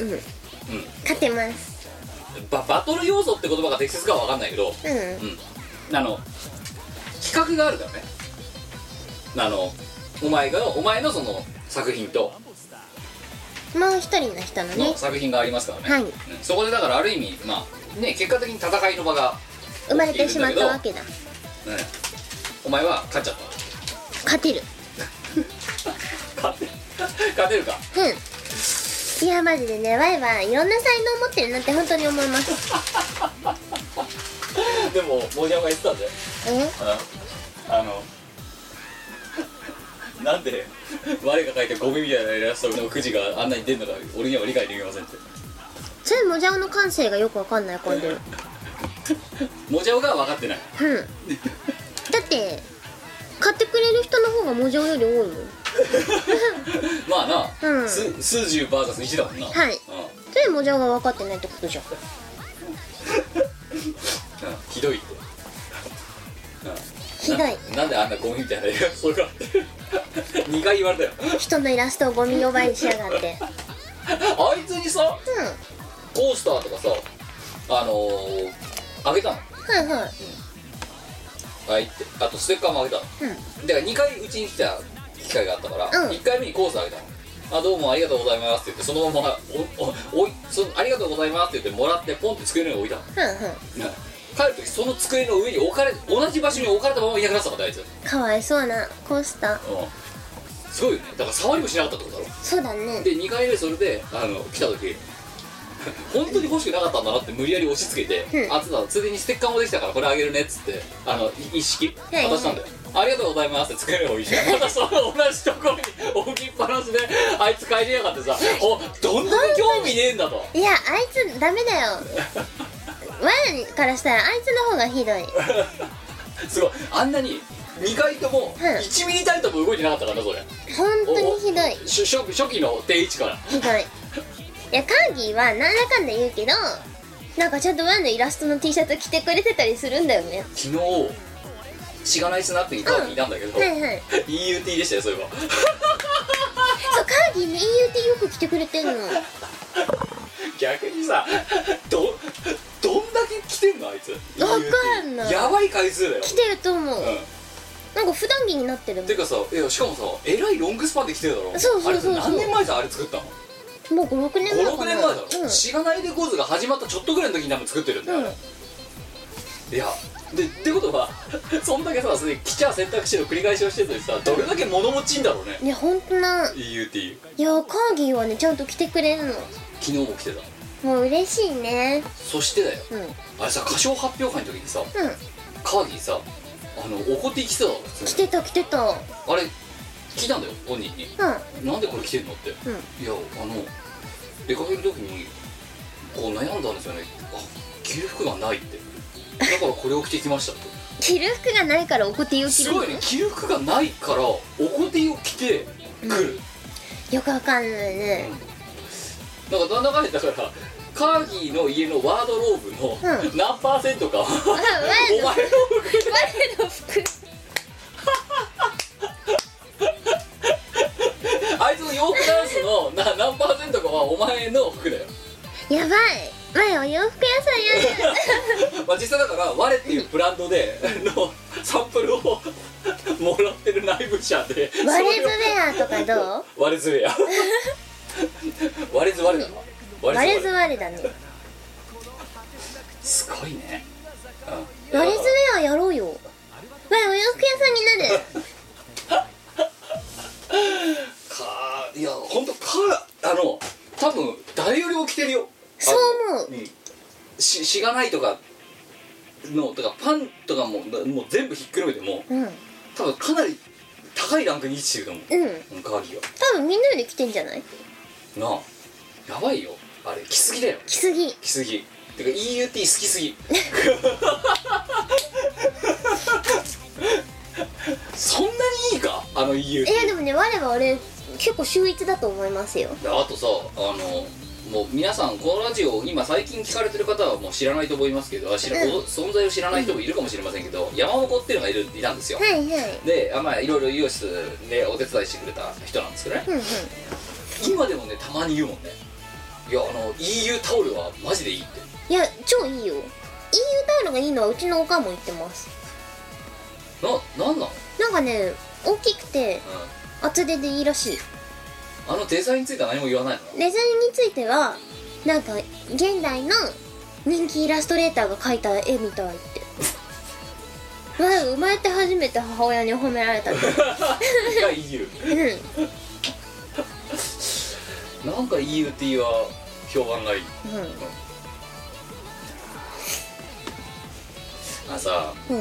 [SPEAKER 4] うん
[SPEAKER 3] うん
[SPEAKER 4] 勝てます
[SPEAKER 3] ババトル要素って言葉が適切かは分かんないけど
[SPEAKER 4] うんうん
[SPEAKER 3] うんあの企画があるからねあのお前がお前のその作品と
[SPEAKER 4] もう一人の人のね
[SPEAKER 3] の作品がありますからね、
[SPEAKER 4] はい
[SPEAKER 3] うんそこでだからある意味まあね結果的に戦いの場が、
[SPEAKER 4] 生まれてしまったわけだ
[SPEAKER 3] うんお前は勝っちゃっ
[SPEAKER 4] 勝てる
[SPEAKER 3] た勝てる勝てるか
[SPEAKER 4] うんいやマジでねワイはいろんな才能持ってるなって本当に思います
[SPEAKER 3] でも森山が言ってたんだよ
[SPEAKER 4] え
[SPEAKER 3] あのなんで我が書いてゴミみたいなイラストのくじがあんなに出るのか俺には理解できませんって
[SPEAKER 4] それもじゃおの感性がよくわかんない声でうん
[SPEAKER 3] もじゃおが分かって ない
[SPEAKER 4] だって買ってくれる人の方がもじゃおより多いもん
[SPEAKER 3] まあな、
[SPEAKER 4] うん
[SPEAKER 3] す数十 VS1 だもんな
[SPEAKER 4] はい
[SPEAKER 3] うん
[SPEAKER 4] それもじゃおが分かってないってことじゃん
[SPEAKER 3] うんひどいって
[SPEAKER 4] ひどい
[SPEAKER 3] ななんであんなゴミみたいなイラストが 2回言われたよ
[SPEAKER 4] 人のイラストをゴミ呼ばわりしやがって
[SPEAKER 3] あいつにさ
[SPEAKER 4] う
[SPEAKER 3] コースターとかさあのー、あげたの
[SPEAKER 4] んはいはい
[SPEAKER 3] はいってあとステッカーもあげたの
[SPEAKER 4] うん
[SPEAKER 3] だから2回うちに来た機会があったから、
[SPEAKER 4] うん
[SPEAKER 3] 1回目にコースあげたのあどうもありがとうございますって言ってそのままおおおいそありがとうございますって言ってもらってポンって机の上に置いたの
[SPEAKER 4] うんうん
[SPEAKER 3] 帰る時その机の上に置かれ同じ場所に置かれたままいなくなってたからあいつ、う
[SPEAKER 4] かわいそうなコースター
[SPEAKER 3] ん、すごいよねだから触りもしなかったってことだろ
[SPEAKER 4] そうだね
[SPEAKER 3] で2回目それであの来た時 本当に欲しくなかったんだなって無理やり押し付けて、
[SPEAKER 4] うん
[SPEAKER 3] あつだついでにステッカーもできたからこれあげるねっつってあのい一式
[SPEAKER 4] はい
[SPEAKER 3] 渡したんだよ、ありがとうございますって作ればいいじゃんまた その同じところに置きっぱなしであいつ帰りやがってさおどんだけ興味ねえんだと
[SPEAKER 4] いやあいつダメだよ我らからしたらあいつの方がひどい
[SPEAKER 3] すごいあんなに2回とも
[SPEAKER 4] うん
[SPEAKER 3] 1ミリたりとも動いてなかったからなそれ
[SPEAKER 4] 本当にひどい
[SPEAKER 3] し初初期の定位置から
[SPEAKER 4] ひどいいやカーギーはなんだかんだ言うけどなんかちゃんと我のイラストの T シャツ着てくれてたりするんだよね
[SPEAKER 3] 昨日しがないスナップにカーキいたんだけど、
[SPEAKER 4] はいはい
[SPEAKER 3] EUT でしたよそういえば
[SPEAKER 4] そうカーギーね EUT よく着てくれてん の
[SPEAKER 3] 逆にさどどんだけ来てんのあいつ
[SPEAKER 4] わかんない
[SPEAKER 3] やばい回数だよ
[SPEAKER 4] 着てると思う
[SPEAKER 3] うん
[SPEAKER 4] あなんか普段着になってるも
[SPEAKER 3] ていうかさいやしかもさえらいロングスパンで来てるだろ
[SPEAKER 4] そうそうそうそう
[SPEAKER 3] あれ何年前さあれ作ったの
[SPEAKER 4] んもう56年前かな
[SPEAKER 3] 56年前だろ、
[SPEAKER 4] うん
[SPEAKER 3] しがないレコーズが始まったちょっとぐらいの時に多分作ってるんだよ、あれいやでってことは そんだけさそれ来ちゃ選択肢の繰り返しをしてるのにさどれだけ物持ちいいんだろうね
[SPEAKER 4] いやほんとな
[SPEAKER 3] EUT
[SPEAKER 4] いやカーギーはねちゃんと着てくれるの
[SPEAKER 3] 昨日も来てた
[SPEAKER 4] もう嬉しいね
[SPEAKER 3] そしてだよ
[SPEAKER 4] うんうん
[SPEAKER 3] あれさ歌唱発表会の時にさカーギーさあの怒ってきてただろ普
[SPEAKER 4] 着
[SPEAKER 3] 通に
[SPEAKER 4] てた着てたうん
[SPEAKER 3] あれ聞いたんだよ本人になんでこれ着てんのって、
[SPEAKER 4] ん
[SPEAKER 3] いやあの出かける時にこう悩んだんですよねあ着る服がないってだからこれを着てきましたって
[SPEAKER 4] 着る服がないからおこていを着
[SPEAKER 3] す
[SPEAKER 4] るの
[SPEAKER 3] ごいね着る服がないからおこてを着てくる、
[SPEAKER 4] よくわかんないね
[SPEAKER 3] なんかなんだかんだだからカーギーの家のワードローブの
[SPEAKER 4] う
[SPEAKER 3] 何パーセントかは、
[SPEAKER 4] あ前
[SPEAKER 3] お前
[SPEAKER 4] の
[SPEAKER 3] の服で
[SPEAKER 4] 前の服
[SPEAKER 3] あいつの洋服ダンスのな何パーセントかはお前の服だよ、
[SPEAKER 4] やばい前お洋服屋さんやる
[SPEAKER 3] まあ、実際だから「我」っていうブランドでのサンプルをもらってる内部者で
[SPEAKER 4] ワレズ
[SPEAKER 3] そ
[SPEAKER 4] ウ
[SPEAKER 3] れを
[SPEAKER 4] ェアとかどう
[SPEAKER 3] 割れずれや割れず割れだな
[SPEAKER 4] ワ
[SPEAKER 3] 割れ
[SPEAKER 4] レ
[SPEAKER 3] ず
[SPEAKER 4] ズ
[SPEAKER 3] 割れ
[SPEAKER 4] ワレだね
[SPEAKER 3] すごいねうん
[SPEAKER 4] ワレズウェアやろうよ前お洋服屋さんになる
[SPEAKER 3] かいや本当かあの多分誰よりも着てるよ
[SPEAKER 4] そう思う
[SPEAKER 3] あのんししがないとかのとかパンとかもなもう全部ひっくるめても
[SPEAKER 4] うんうん
[SPEAKER 3] 多分かなり高いランクに位置してると思う、うん、カーギー
[SPEAKER 4] 多分みんなより着てんじゃない
[SPEAKER 3] はなあやばいよあれ着すぎだよ
[SPEAKER 4] 着すぎ
[SPEAKER 3] 着すぎてか EUT 好きす ぎそんなにいいかあの EUT
[SPEAKER 4] いやでもね我は俺結構秀逸だと思いますよ
[SPEAKER 3] であとさあのもう皆さんこのラジオ今最近聞かれてる方はもう知らないと思いますけどあ知ら、
[SPEAKER 4] うん
[SPEAKER 3] ご存在を知らない人もいるかもしれませんけど、山本っていうのがいるいたんですよ、
[SPEAKER 4] はいはい
[SPEAKER 3] であまあいろいろイオシスでお手伝いしてくれた人なんですけどね
[SPEAKER 4] うんうん
[SPEAKER 3] 今でもねたまに言うもんねいやあの EU タオルはマジでいいって
[SPEAKER 4] いや超いいよ EU タオルがいいのはうちのおかんも言ってます
[SPEAKER 3] ななんなの、
[SPEAKER 4] なんかね大きくて
[SPEAKER 3] う
[SPEAKER 4] 厚手でいいらしい
[SPEAKER 3] ん、あのデザインについては何も言わないの
[SPEAKER 4] デザインについてはなんか現代の人気イラストレーターが描いた絵みたいって 前生まれて初めて母親に褒められたって
[SPEAKER 3] が EU
[SPEAKER 4] う
[SPEAKER 3] なんか EUT は評判がいい
[SPEAKER 4] んうん
[SPEAKER 3] あのさ
[SPEAKER 4] うん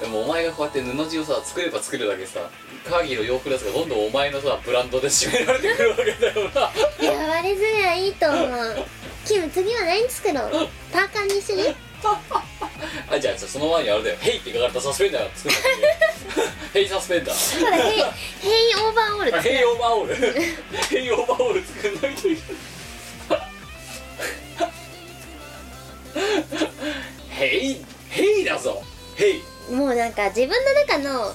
[SPEAKER 3] でもお前がこうやって布地をさ作れば作るだけさカーギーの洋服ですがどんどんお前のさブランドで締められてくるわけだよな
[SPEAKER 4] いや割れずれはいいと思うキム次は何作ろうパーカーにする
[SPEAKER 3] あじゃあその前にあれだよ「ヘイ」って書かれたサスペンダーが作るんだけどヘイサスペンダー
[SPEAKER 4] ほら ヘイヘイオーバーオール作る
[SPEAKER 3] ヘイオーバーオールヘイオーバーオール作んないといけないヘイヘイだぞヘイ
[SPEAKER 4] もうなんか自分の中の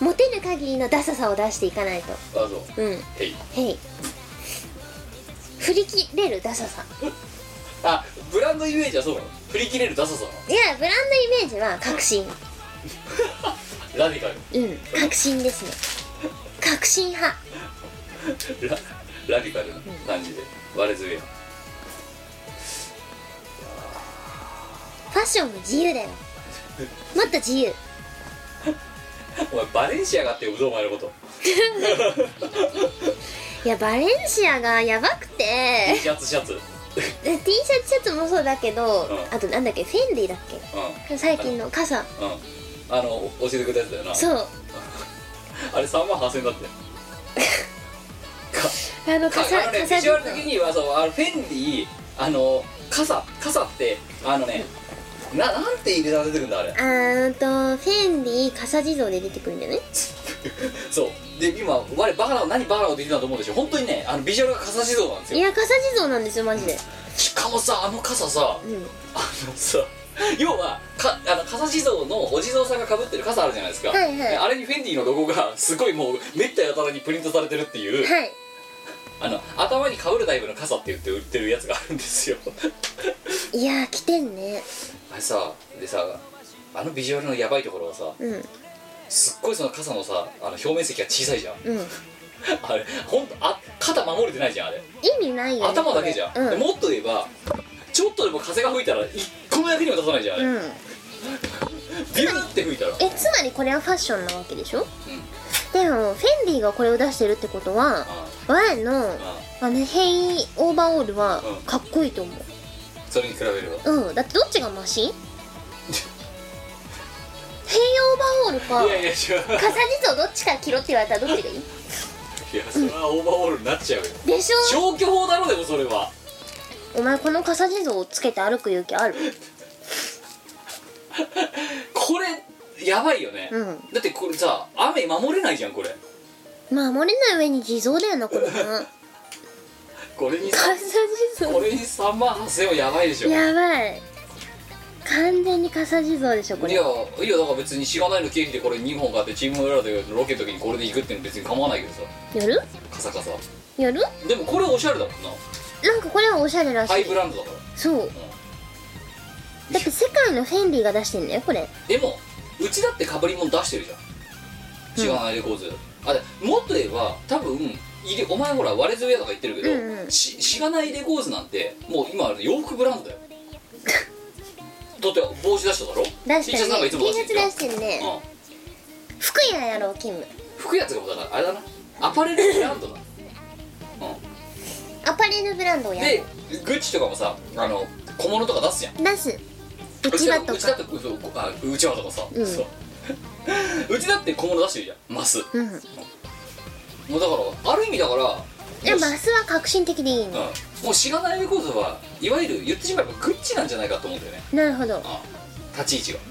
[SPEAKER 4] モテる限りのダサさを出していかないと
[SPEAKER 3] あそう
[SPEAKER 4] うん
[SPEAKER 3] ヘイ
[SPEAKER 4] へい振り切れるダサさ
[SPEAKER 3] あブランドイメージはそうなの振り切れるダサさなの
[SPEAKER 4] いやブランドイメージは革新
[SPEAKER 3] ラディカル
[SPEAKER 4] うん革新ですね革新派
[SPEAKER 3] ララディカルな感じで割れずれ
[SPEAKER 4] ファッションも自由だ よもっと自由
[SPEAKER 3] お前バレンシアがって呼ぶぞお前のこと
[SPEAKER 4] いやバレンシアがやばく
[SPEAKER 3] T
[SPEAKER 4] て
[SPEAKER 3] シャツシャツうん
[SPEAKER 4] T シャツシャツもそうだけど、あとなんだっけフェンディだっけ最近の傘
[SPEAKER 3] うんあの教えてくれたやつだよな
[SPEAKER 4] そう
[SPEAKER 3] あれ3万8000円だって
[SPEAKER 4] あの
[SPEAKER 3] か
[SPEAKER 4] 傘
[SPEAKER 3] あのねビ
[SPEAKER 4] 傘
[SPEAKER 3] ジュアル的にはそうあのフェンディあの傘傘ってあのねななんて入れたら出てくるんだあれ
[SPEAKER 4] あーとフェンディ傘地蔵で出てくるんじゃない
[SPEAKER 3] そうで今我バカな何バカなこと言ってたと思うでしょ本当にねあのビジュアルが傘地蔵なんです
[SPEAKER 4] い
[SPEAKER 3] よ
[SPEAKER 4] や傘地蔵なんですよマジで
[SPEAKER 3] しかもさあの傘さ
[SPEAKER 4] うん
[SPEAKER 3] あのさ要はかあの傘地蔵のお地蔵さんがかぶってる傘あるじゃないですか、
[SPEAKER 4] はいはい
[SPEAKER 3] あれにフェンディのロゴがすごいもうめったやたらにプリントされてるっていう、
[SPEAKER 4] はい
[SPEAKER 3] あの頭にかぶるタイプの傘って言って売ってる やつがあるんですよ
[SPEAKER 4] いやー来てんね
[SPEAKER 3] あれさでさあのビジュアルのやばいところはさ
[SPEAKER 4] うん
[SPEAKER 3] すっごいその傘のさあの表面積が小さいじゃん
[SPEAKER 4] うん
[SPEAKER 3] あれ本当あ肩守れてないじゃんあれ
[SPEAKER 4] 意味ないよ、ね、
[SPEAKER 3] 頭だけじゃん、
[SPEAKER 4] これうん
[SPEAKER 3] もっと言えばちょっとでも風が吹いたら一個の役にも立たないじゃんあれ、
[SPEAKER 4] うん
[SPEAKER 3] ビューって吹いたら
[SPEAKER 4] えつまりこれはファッションなわけでしょ、でもフェンディがこれを出してるってことは我々の
[SPEAKER 3] あ
[SPEAKER 4] あの変異オーバーオールは
[SPEAKER 3] うん
[SPEAKER 4] かっこいいと思
[SPEAKER 3] それに比べれば
[SPEAKER 4] ううんだってどっちがマシ変異オーバーオールか
[SPEAKER 3] いやいや違う
[SPEAKER 4] 傘地蔵どっちから着ろって言われたらどっちがいい
[SPEAKER 3] いやそれはオーバーオールになっちゃうよ
[SPEAKER 4] でしょ
[SPEAKER 3] 消去法だろでもそれは
[SPEAKER 4] お前この傘地蔵をつけて歩く勇気 ある
[SPEAKER 3] これやばいよね、
[SPEAKER 4] うん
[SPEAKER 3] だってこれさ雨守れないじゃんこれ
[SPEAKER 4] 守れない上に地蔵だよ なこれな
[SPEAKER 3] これにさ
[SPEAKER 4] 傘地
[SPEAKER 3] これ
[SPEAKER 4] 蔵
[SPEAKER 3] に3万8000はやばいでしょいや
[SPEAKER 4] やばい完全に傘地蔵でしょこ
[SPEAKER 3] い
[SPEAKER 4] れ
[SPEAKER 3] やだから別にしがないの経費でこれ2本買ってチーム裏でロケの時にこれで行くっていうの別に構わないけどさ
[SPEAKER 4] 夜
[SPEAKER 3] カサカサ
[SPEAKER 4] 夜
[SPEAKER 3] でもこれおしゃれだもんな
[SPEAKER 4] なんかこれはおしゃれらし
[SPEAKER 3] ハイ
[SPEAKER 4] い
[SPEAKER 3] ブランドだから
[SPEAKER 4] そうだって世界のフェンディが出してんだよこれ
[SPEAKER 3] でもうちだってかぶりもん出してるじゃん違うないレコーズ、あでもっと言えば多分いれお前ほら割れずウェアとか言ってるけど、
[SPEAKER 4] うんうん
[SPEAKER 3] ししがないレコーズなんてもう今あれ洋服ブランドだよだって帽子出しただろ
[SPEAKER 4] 出して
[SPEAKER 3] T シャツなんかいつ
[SPEAKER 4] る
[SPEAKER 3] も
[SPEAKER 4] ね T シャツ出
[SPEAKER 3] る
[SPEAKER 4] してるね
[SPEAKER 3] うん
[SPEAKER 4] 服屋やろうキム
[SPEAKER 3] 服やつがもうだからあれだなアパレルブランドだう
[SPEAKER 4] アパレルブランドを
[SPEAKER 3] ん
[SPEAKER 4] や
[SPEAKER 3] で
[SPEAKER 4] ろ
[SPEAKER 3] グッチとかもさあの小物とか出すじゃん
[SPEAKER 4] う出すうちわと
[SPEAKER 3] うちだっ
[SPEAKER 4] か
[SPEAKER 3] てそうあうちわとかさ、
[SPEAKER 4] うん
[SPEAKER 3] そう うちだって小物出してるじゃんマス
[SPEAKER 4] うん
[SPEAKER 3] もうだからある意味だからもう
[SPEAKER 4] でもマスは革新的でいいね
[SPEAKER 3] うん、もうしがないレコードはいわゆる言ってしまえばグッチなんじゃないかと思うんだよね、
[SPEAKER 4] なるほど
[SPEAKER 3] うん、立ち位置が、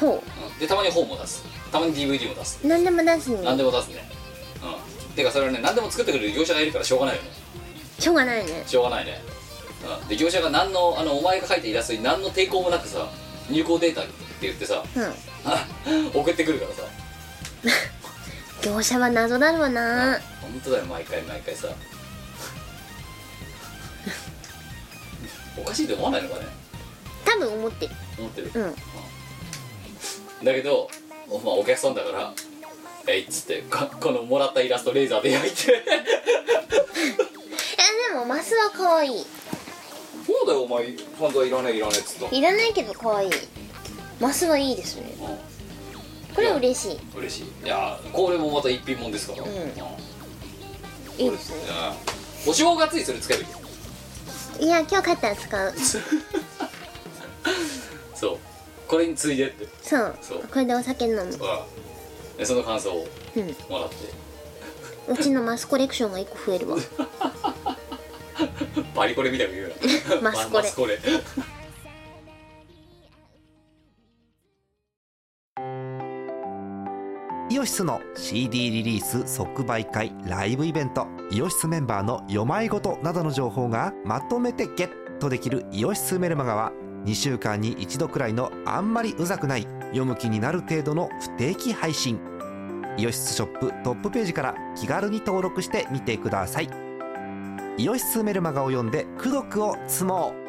[SPEAKER 4] ほ
[SPEAKER 3] うん、でたまに本も出すたまに DVD も出す
[SPEAKER 4] う何でも出す
[SPEAKER 3] 何で
[SPEAKER 4] ね
[SPEAKER 3] も出すねうんてかそれはね何でも作ってくれる業者がいるからしょうがないよね
[SPEAKER 4] しょうがないね
[SPEAKER 3] しょうがないね、うん、で業者が何のあのお前が描いたイラストに何の抵抗もなくさ入稿データって言ってさ
[SPEAKER 4] うん
[SPEAKER 3] 送ってくるからさ
[SPEAKER 4] 業者は謎だろうな
[SPEAKER 3] 本当だよ毎回毎回さ おかしいと思わないのかね
[SPEAKER 4] 多分思ってる
[SPEAKER 3] 思ってる
[SPEAKER 4] うん
[SPEAKER 3] だけどお,、まあ、お客さんだから「えい」っつってかこのもらったイラストレーザーで焼いて
[SPEAKER 4] えでもマスは可愛い
[SPEAKER 3] そうだよお前本当はいらねえいらねえっつった
[SPEAKER 4] いらないけど可愛いマスはいいですねこれは嬉し
[SPEAKER 3] 嬉しいいやーこれもまた一品もんですから、
[SPEAKER 4] うん
[SPEAKER 3] うん
[SPEAKER 4] いいいですね
[SPEAKER 3] お正月にそれつけるよ
[SPEAKER 4] いや今日帰ったら使う
[SPEAKER 3] そうこれについでって
[SPEAKER 4] そう
[SPEAKER 3] そう
[SPEAKER 4] これでお酒飲む
[SPEAKER 3] うんでその感想を
[SPEAKER 4] うん
[SPEAKER 3] もらって
[SPEAKER 4] うちのマスコレクションが一個増 えるわ
[SPEAKER 3] バリコレみたいに言うな
[SPEAKER 4] マスコレ
[SPEAKER 3] マスコレ
[SPEAKER 5] イオシスの CD リリース即売会ライブイベントイオシスメンバーの読まいごとなどの情報がまとめてゲットできる「イオシスメルマガ」は2週間に1度くらいのあんまりうざくない読む気になる程度の不定期配信イオシスショップトップページから気軽に登録してみてくださいイオシスメルマガを読んで「功徳を積もう」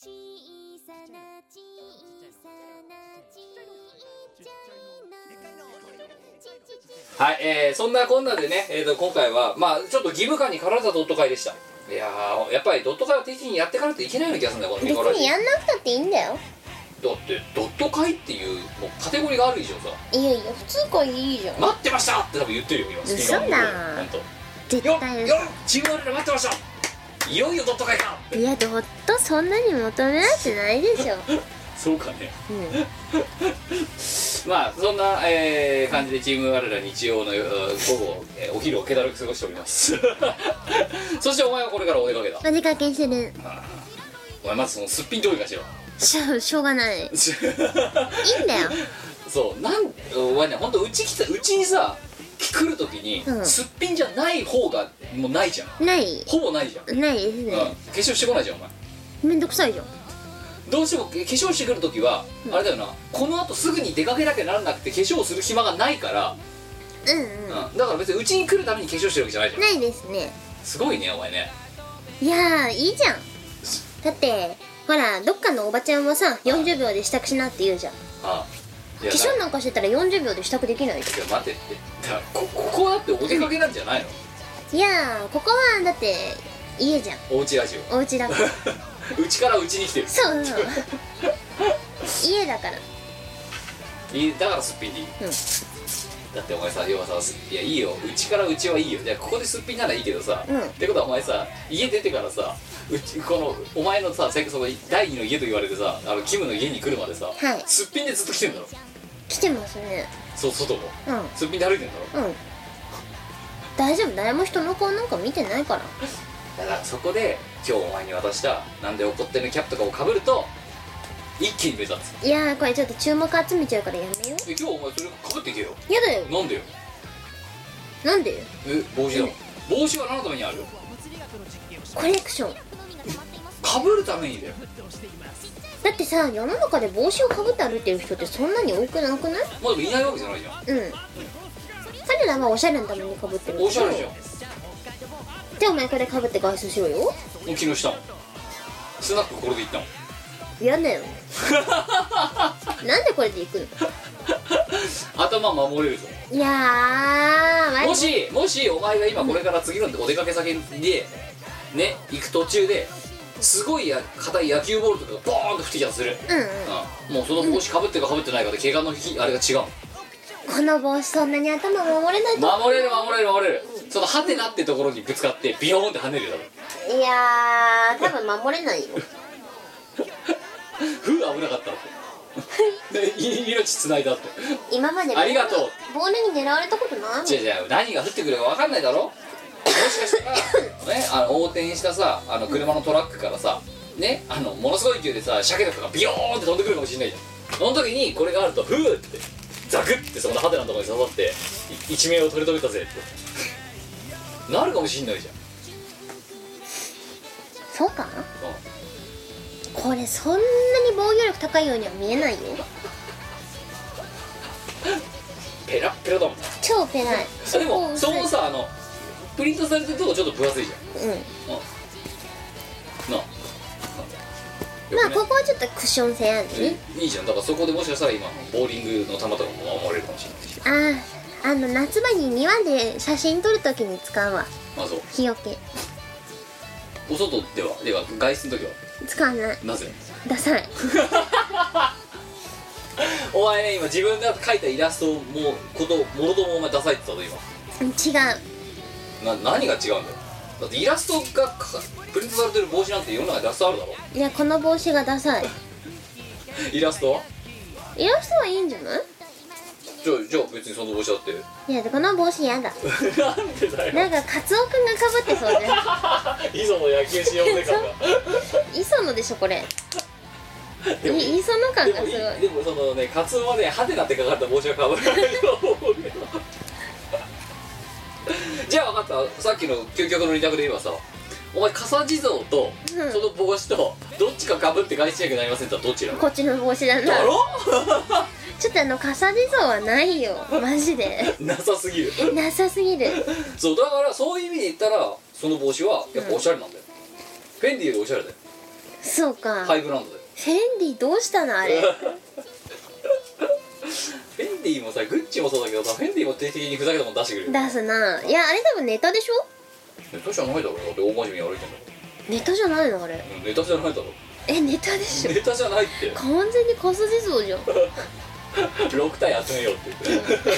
[SPEAKER 1] 小さな小さなちっちゃいのちちち
[SPEAKER 3] はい、えー、そんなこんなでね、えー、と今回は、まあ、ちょっと義務感にかられたドット会でした。いやー、やっぱりドット会は適宜やっていかないといけないような気がするんだよ、この
[SPEAKER 4] 別
[SPEAKER 3] ミコラジ
[SPEAKER 4] にやんなくたっていいんだよ
[SPEAKER 3] だって、ドット会っていうもうカテゴリーがある以上さ、
[SPEAKER 4] いやいや普通これいいじゃん
[SPEAKER 3] 待ってましたって多分言ってるよ、今、
[SPEAKER 4] 嘘だ
[SPEAKER 3] スピーカーの音で
[SPEAKER 4] 絶
[SPEAKER 3] ほんとよっ、
[SPEAKER 4] 対嘘
[SPEAKER 3] よっ、チーム我ら待ってましたいよいよドット会か
[SPEAKER 4] いやドットそんなに求められてないでしょ、
[SPEAKER 3] そうかね。
[SPEAKER 4] うん、
[SPEAKER 3] まあ、そんな、えー感じでチーム我ら日曜のえー午後、えーお昼を気だるく 過ごしております。そしてお前はこれからお出かけだ。
[SPEAKER 4] お出かけする
[SPEAKER 3] お前まずそのすっぴんどうにかしろ
[SPEAKER 4] しょしょうがないいいんだよ
[SPEAKER 3] そうなんお前ね本当うち来たうちにさ来る時に、
[SPEAKER 4] うん
[SPEAKER 3] すっぴんじゃない方がもうないじゃん
[SPEAKER 4] ない
[SPEAKER 3] ほぼないじゃん、うん、
[SPEAKER 4] ないですね
[SPEAKER 3] 化粧してこないじゃんお前
[SPEAKER 4] めんどくさいじゃん
[SPEAKER 3] どうしても化粧してくるときは、あれだよなこのあとすぐに出かけなきゃならなくて化粧をする暇がないから、
[SPEAKER 4] うんう
[SPEAKER 3] うんだから別にうちに来るために化粧してるわけじゃないじゃん
[SPEAKER 4] んないですね
[SPEAKER 3] すごいねお前ね
[SPEAKER 4] いやーいいじゃんだってほらどっかのおばちゃんはさ40秒で支度しなって言うじゃん
[SPEAKER 3] あい
[SPEAKER 4] 化
[SPEAKER 3] や
[SPEAKER 4] 粧
[SPEAKER 3] だ
[SPEAKER 4] なんかしてたら40秒で支度できないじ
[SPEAKER 3] いや待てってだからこここだってお出かけなんじゃないの、
[SPEAKER 4] ゃんいやーここはだって家じゃん
[SPEAKER 3] おうちラジ
[SPEAKER 4] お家だから
[SPEAKER 3] オ うちからうちに来てる
[SPEAKER 4] そうそう家だから
[SPEAKER 3] いいだからすっぴんでいい、
[SPEAKER 4] ん
[SPEAKER 3] だってお前さ要はさすいやいいようちからうちはいいよじゃあここですっぴんならいいけどさ、
[SPEAKER 4] うん
[SPEAKER 3] ってことはお前さ家出てからさうちこのお前のさせその第二の家と言われてさあのキムの家に来るまでさ、
[SPEAKER 4] はい
[SPEAKER 3] すっぴんでずっと来てんだろ
[SPEAKER 4] 来てますね
[SPEAKER 3] そう外も
[SPEAKER 4] うんうん
[SPEAKER 3] すっぴんで歩いてんだろ
[SPEAKER 4] 大丈夫誰も人の顔なんか見てないから
[SPEAKER 3] だからそこで今日お前に渡したなんで怒ってんのキャップとかをかぶると一気に目立つ
[SPEAKER 4] いやーこれちょっと注目集めちゃうからやめよ
[SPEAKER 3] え今日お前それかぶってきてよ
[SPEAKER 4] うやだよ
[SPEAKER 3] なんでよ
[SPEAKER 4] なんでよ
[SPEAKER 3] え帽子だもん帽子は何のためにある
[SPEAKER 4] コレクション
[SPEAKER 3] かぶるためにだよ
[SPEAKER 4] だってさ世の中で帽子をかぶって歩いてる人ってそんなに多くなくない
[SPEAKER 3] まあでもいないわけじゃないじゃん
[SPEAKER 4] うん彼らはおしゃれのためにかぶってる
[SPEAKER 3] おしゃれじゃんも
[SPEAKER 4] でお前これかぶって外出しろよ
[SPEAKER 3] う昨日したもんスナックこれで行ったもん
[SPEAKER 4] 嫌 だよなんでこれで行くの
[SPEAKER 3] 頭守れるぞ
[SPEAKER 4] いやーマジ
[SPEAKER 3] もしもしお前が今これから次のお出かけ先でね行く途中ですごいや硬い野球ボールとかがボーンと降ってきたとする、
[SPEAKER 4] うんうん
[SPEAKER 3] うん、もうその帽子かぶってるかかぶってないかで怪我の日あれが違う
[SPEAKER 4] この帽子そんなに頭守れないと
[SPEAKER 3] 守れる守れる守れるそのハテナってところにぶつかってビヨーンって跳ねるよ
[SPEAKER 4] いやー多分守れないよ
[SPEAKER 3] ふう危なかったって でい命つないだって
[SPEAKER 4] 今まで
[SPEAKER 3] ありがとう
[SPEAKER 4] ボールに狙われたことないもん
[SPEAKER 3] じゃあじゃあ何が降ってくるか分かんないだろもしかしたらねあの横転したさあの車のトラックからさねあのものすごい勢いでさ鮭とかがビヨーンって飛んでくるかもしれないじゃんその時にこれがあるとフーってザクってそのハテナのところに刺さってい一命を取り留めたぜってなるかもしんないじゃん
[SPEAKER 4] そうか
[SPEAKER 3] うん
[SPEAKER 4] これそんなに防御力高いようには見えないよ
[SPEAKER 3] ペラッペラだもん
[SPEAKER 4] 超ペラい
[SPEAKER 3] あでもそのさあのプリントされてるとこちょっと分厚いじ
[SPEAKER 4] う
[SPEAKER 3] ゃんなあ
[SPEAKER 4] んま
[SPEAKER 3] よ
[SPEAKER 4] あ
[SPEAKER 3] くね
[SPEAKER 4] ここはちょっとクッション性あるね
[SPEAKER 3] いいじゃんだからそこでもしかしたら今ボーリングの球とかも守れるかもしれないし
[SPEAKER 4] あああの夏場に庭で写真撮るときに使うわ
[SPEAKER 3] まあそう
[SPEAKER 4] 日よけ
[SPEAKER 3] お外ではでは外出の時は
[SPEAKER 4] 使わない
[SPEAKER 3] なぜ
[SPEAKER 4] ダサい
[SPEAKER 3] お前ね今自分が描いたイラストをもうこともろともお前ダサいって言ったぞ
[SPEAKER 4] 違う
[SPEAKER 3] 今な何が違うんだよだってイラストがかプリントされてる帽子なんて世の中にダストあるだろ
[SPEAKER 4] いやこの帽子がダサい
[SPEAKER 3] イラストは
[SPEAKER 4] イラストはいいんじゃない
[SPEAKER 3] じゃあじゃあ別にその帽子だって
[SPEAKER 4] いやこの帽子やだ
[SPEAKER 3] なんでだ
[SPEAKER 4] なんかカツオくんがかぶってそ うじゃ
[SPEAKER 3] 磯の野球しようぜ感が
[SPEAKER 4] ん磯野でしょこれ
[SPEAKER 3] でも
[SPEAKER 4] い磯野感
[SPEAKER 3] で
[SPEAKER 4] が
[SPEAKER 3] も
[SPEAKER 4] すごい
[SPEAKER 3] でもそのねカツオはねハテナって書かれた帽子はかぶらないと思うけどじゃあ分かったさっきの究極の二択で言えばさお前傘地蔵と
[SPEAKER 4] うん
[SPEAKER 3] その帽子とどっちかかぶって外出しなきゃなりませんってどっちなの
[SPEAKER 4] こっちの帽子だ
[SPEAKER 3] だ
[SPEAKER 4] な
[SPEAKER 3] ろ
[SPEAKER 4] ちょっとあの傘地蔵はないよマジで
[SPEAKER 3] なさすぎる
[SPEAKER 4] なさすぎる
[SPEAKER 3] そうだからそういう意味で言ったらその帽子はやっぱおしゃれなんだよ、フェンディよりおしゃれだよ
[SPEAKER 4] そうか、
[SPEAKER 3] ハイブランドだよ
[SPEAKER 4] フェンディどうしたのあれ
[SPEAKER 3] フェンディもさグッチもそうだけどさフェンディも定期的にふざけたもの出してくるよ
[SPEAKER 4] 出すないやあれ多分ネタでしょ
[SPEAKER 3] ネタじゃないだろだって大真面目に歩いてんだ
[SPEAKER 4] ネタじゃないのあれ
[SPEAKER 3] もんうんネタじゃないだろ
[SPEAKER 4] えネタでしょ
[SPEAKER 3] ネタじゃないって
[SPEAKER 4] 完全に傘地蔵じゃん
[SPEAKER 3] 6体集めようって言って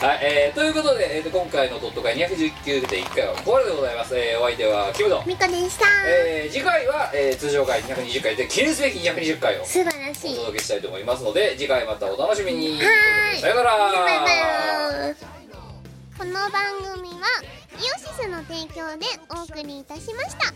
[SPEAKER 3] はい、えー、ということで、えーと、今回の「ドット会219.1回」はこれでございます、えー、お相手はキムドン、
[SPEAKER 4] ミカでした
[SPEAKER 3] えー、次回は、えー通常回220回で記念すべき220回を
[SPEAKER 4] 素晴らし
[SPEAKER 3] お
[SPEAKER 4] い
[SPEAKER 3] 届けしたいと思いますので次回またお楽しみに
[SPEAKER 4] はーい
[SPEAKER 3] さよなら
[SPEAKER 4] バイバイ
[SPEAKER 1] この番組はイオシスの提供でお送りいたしました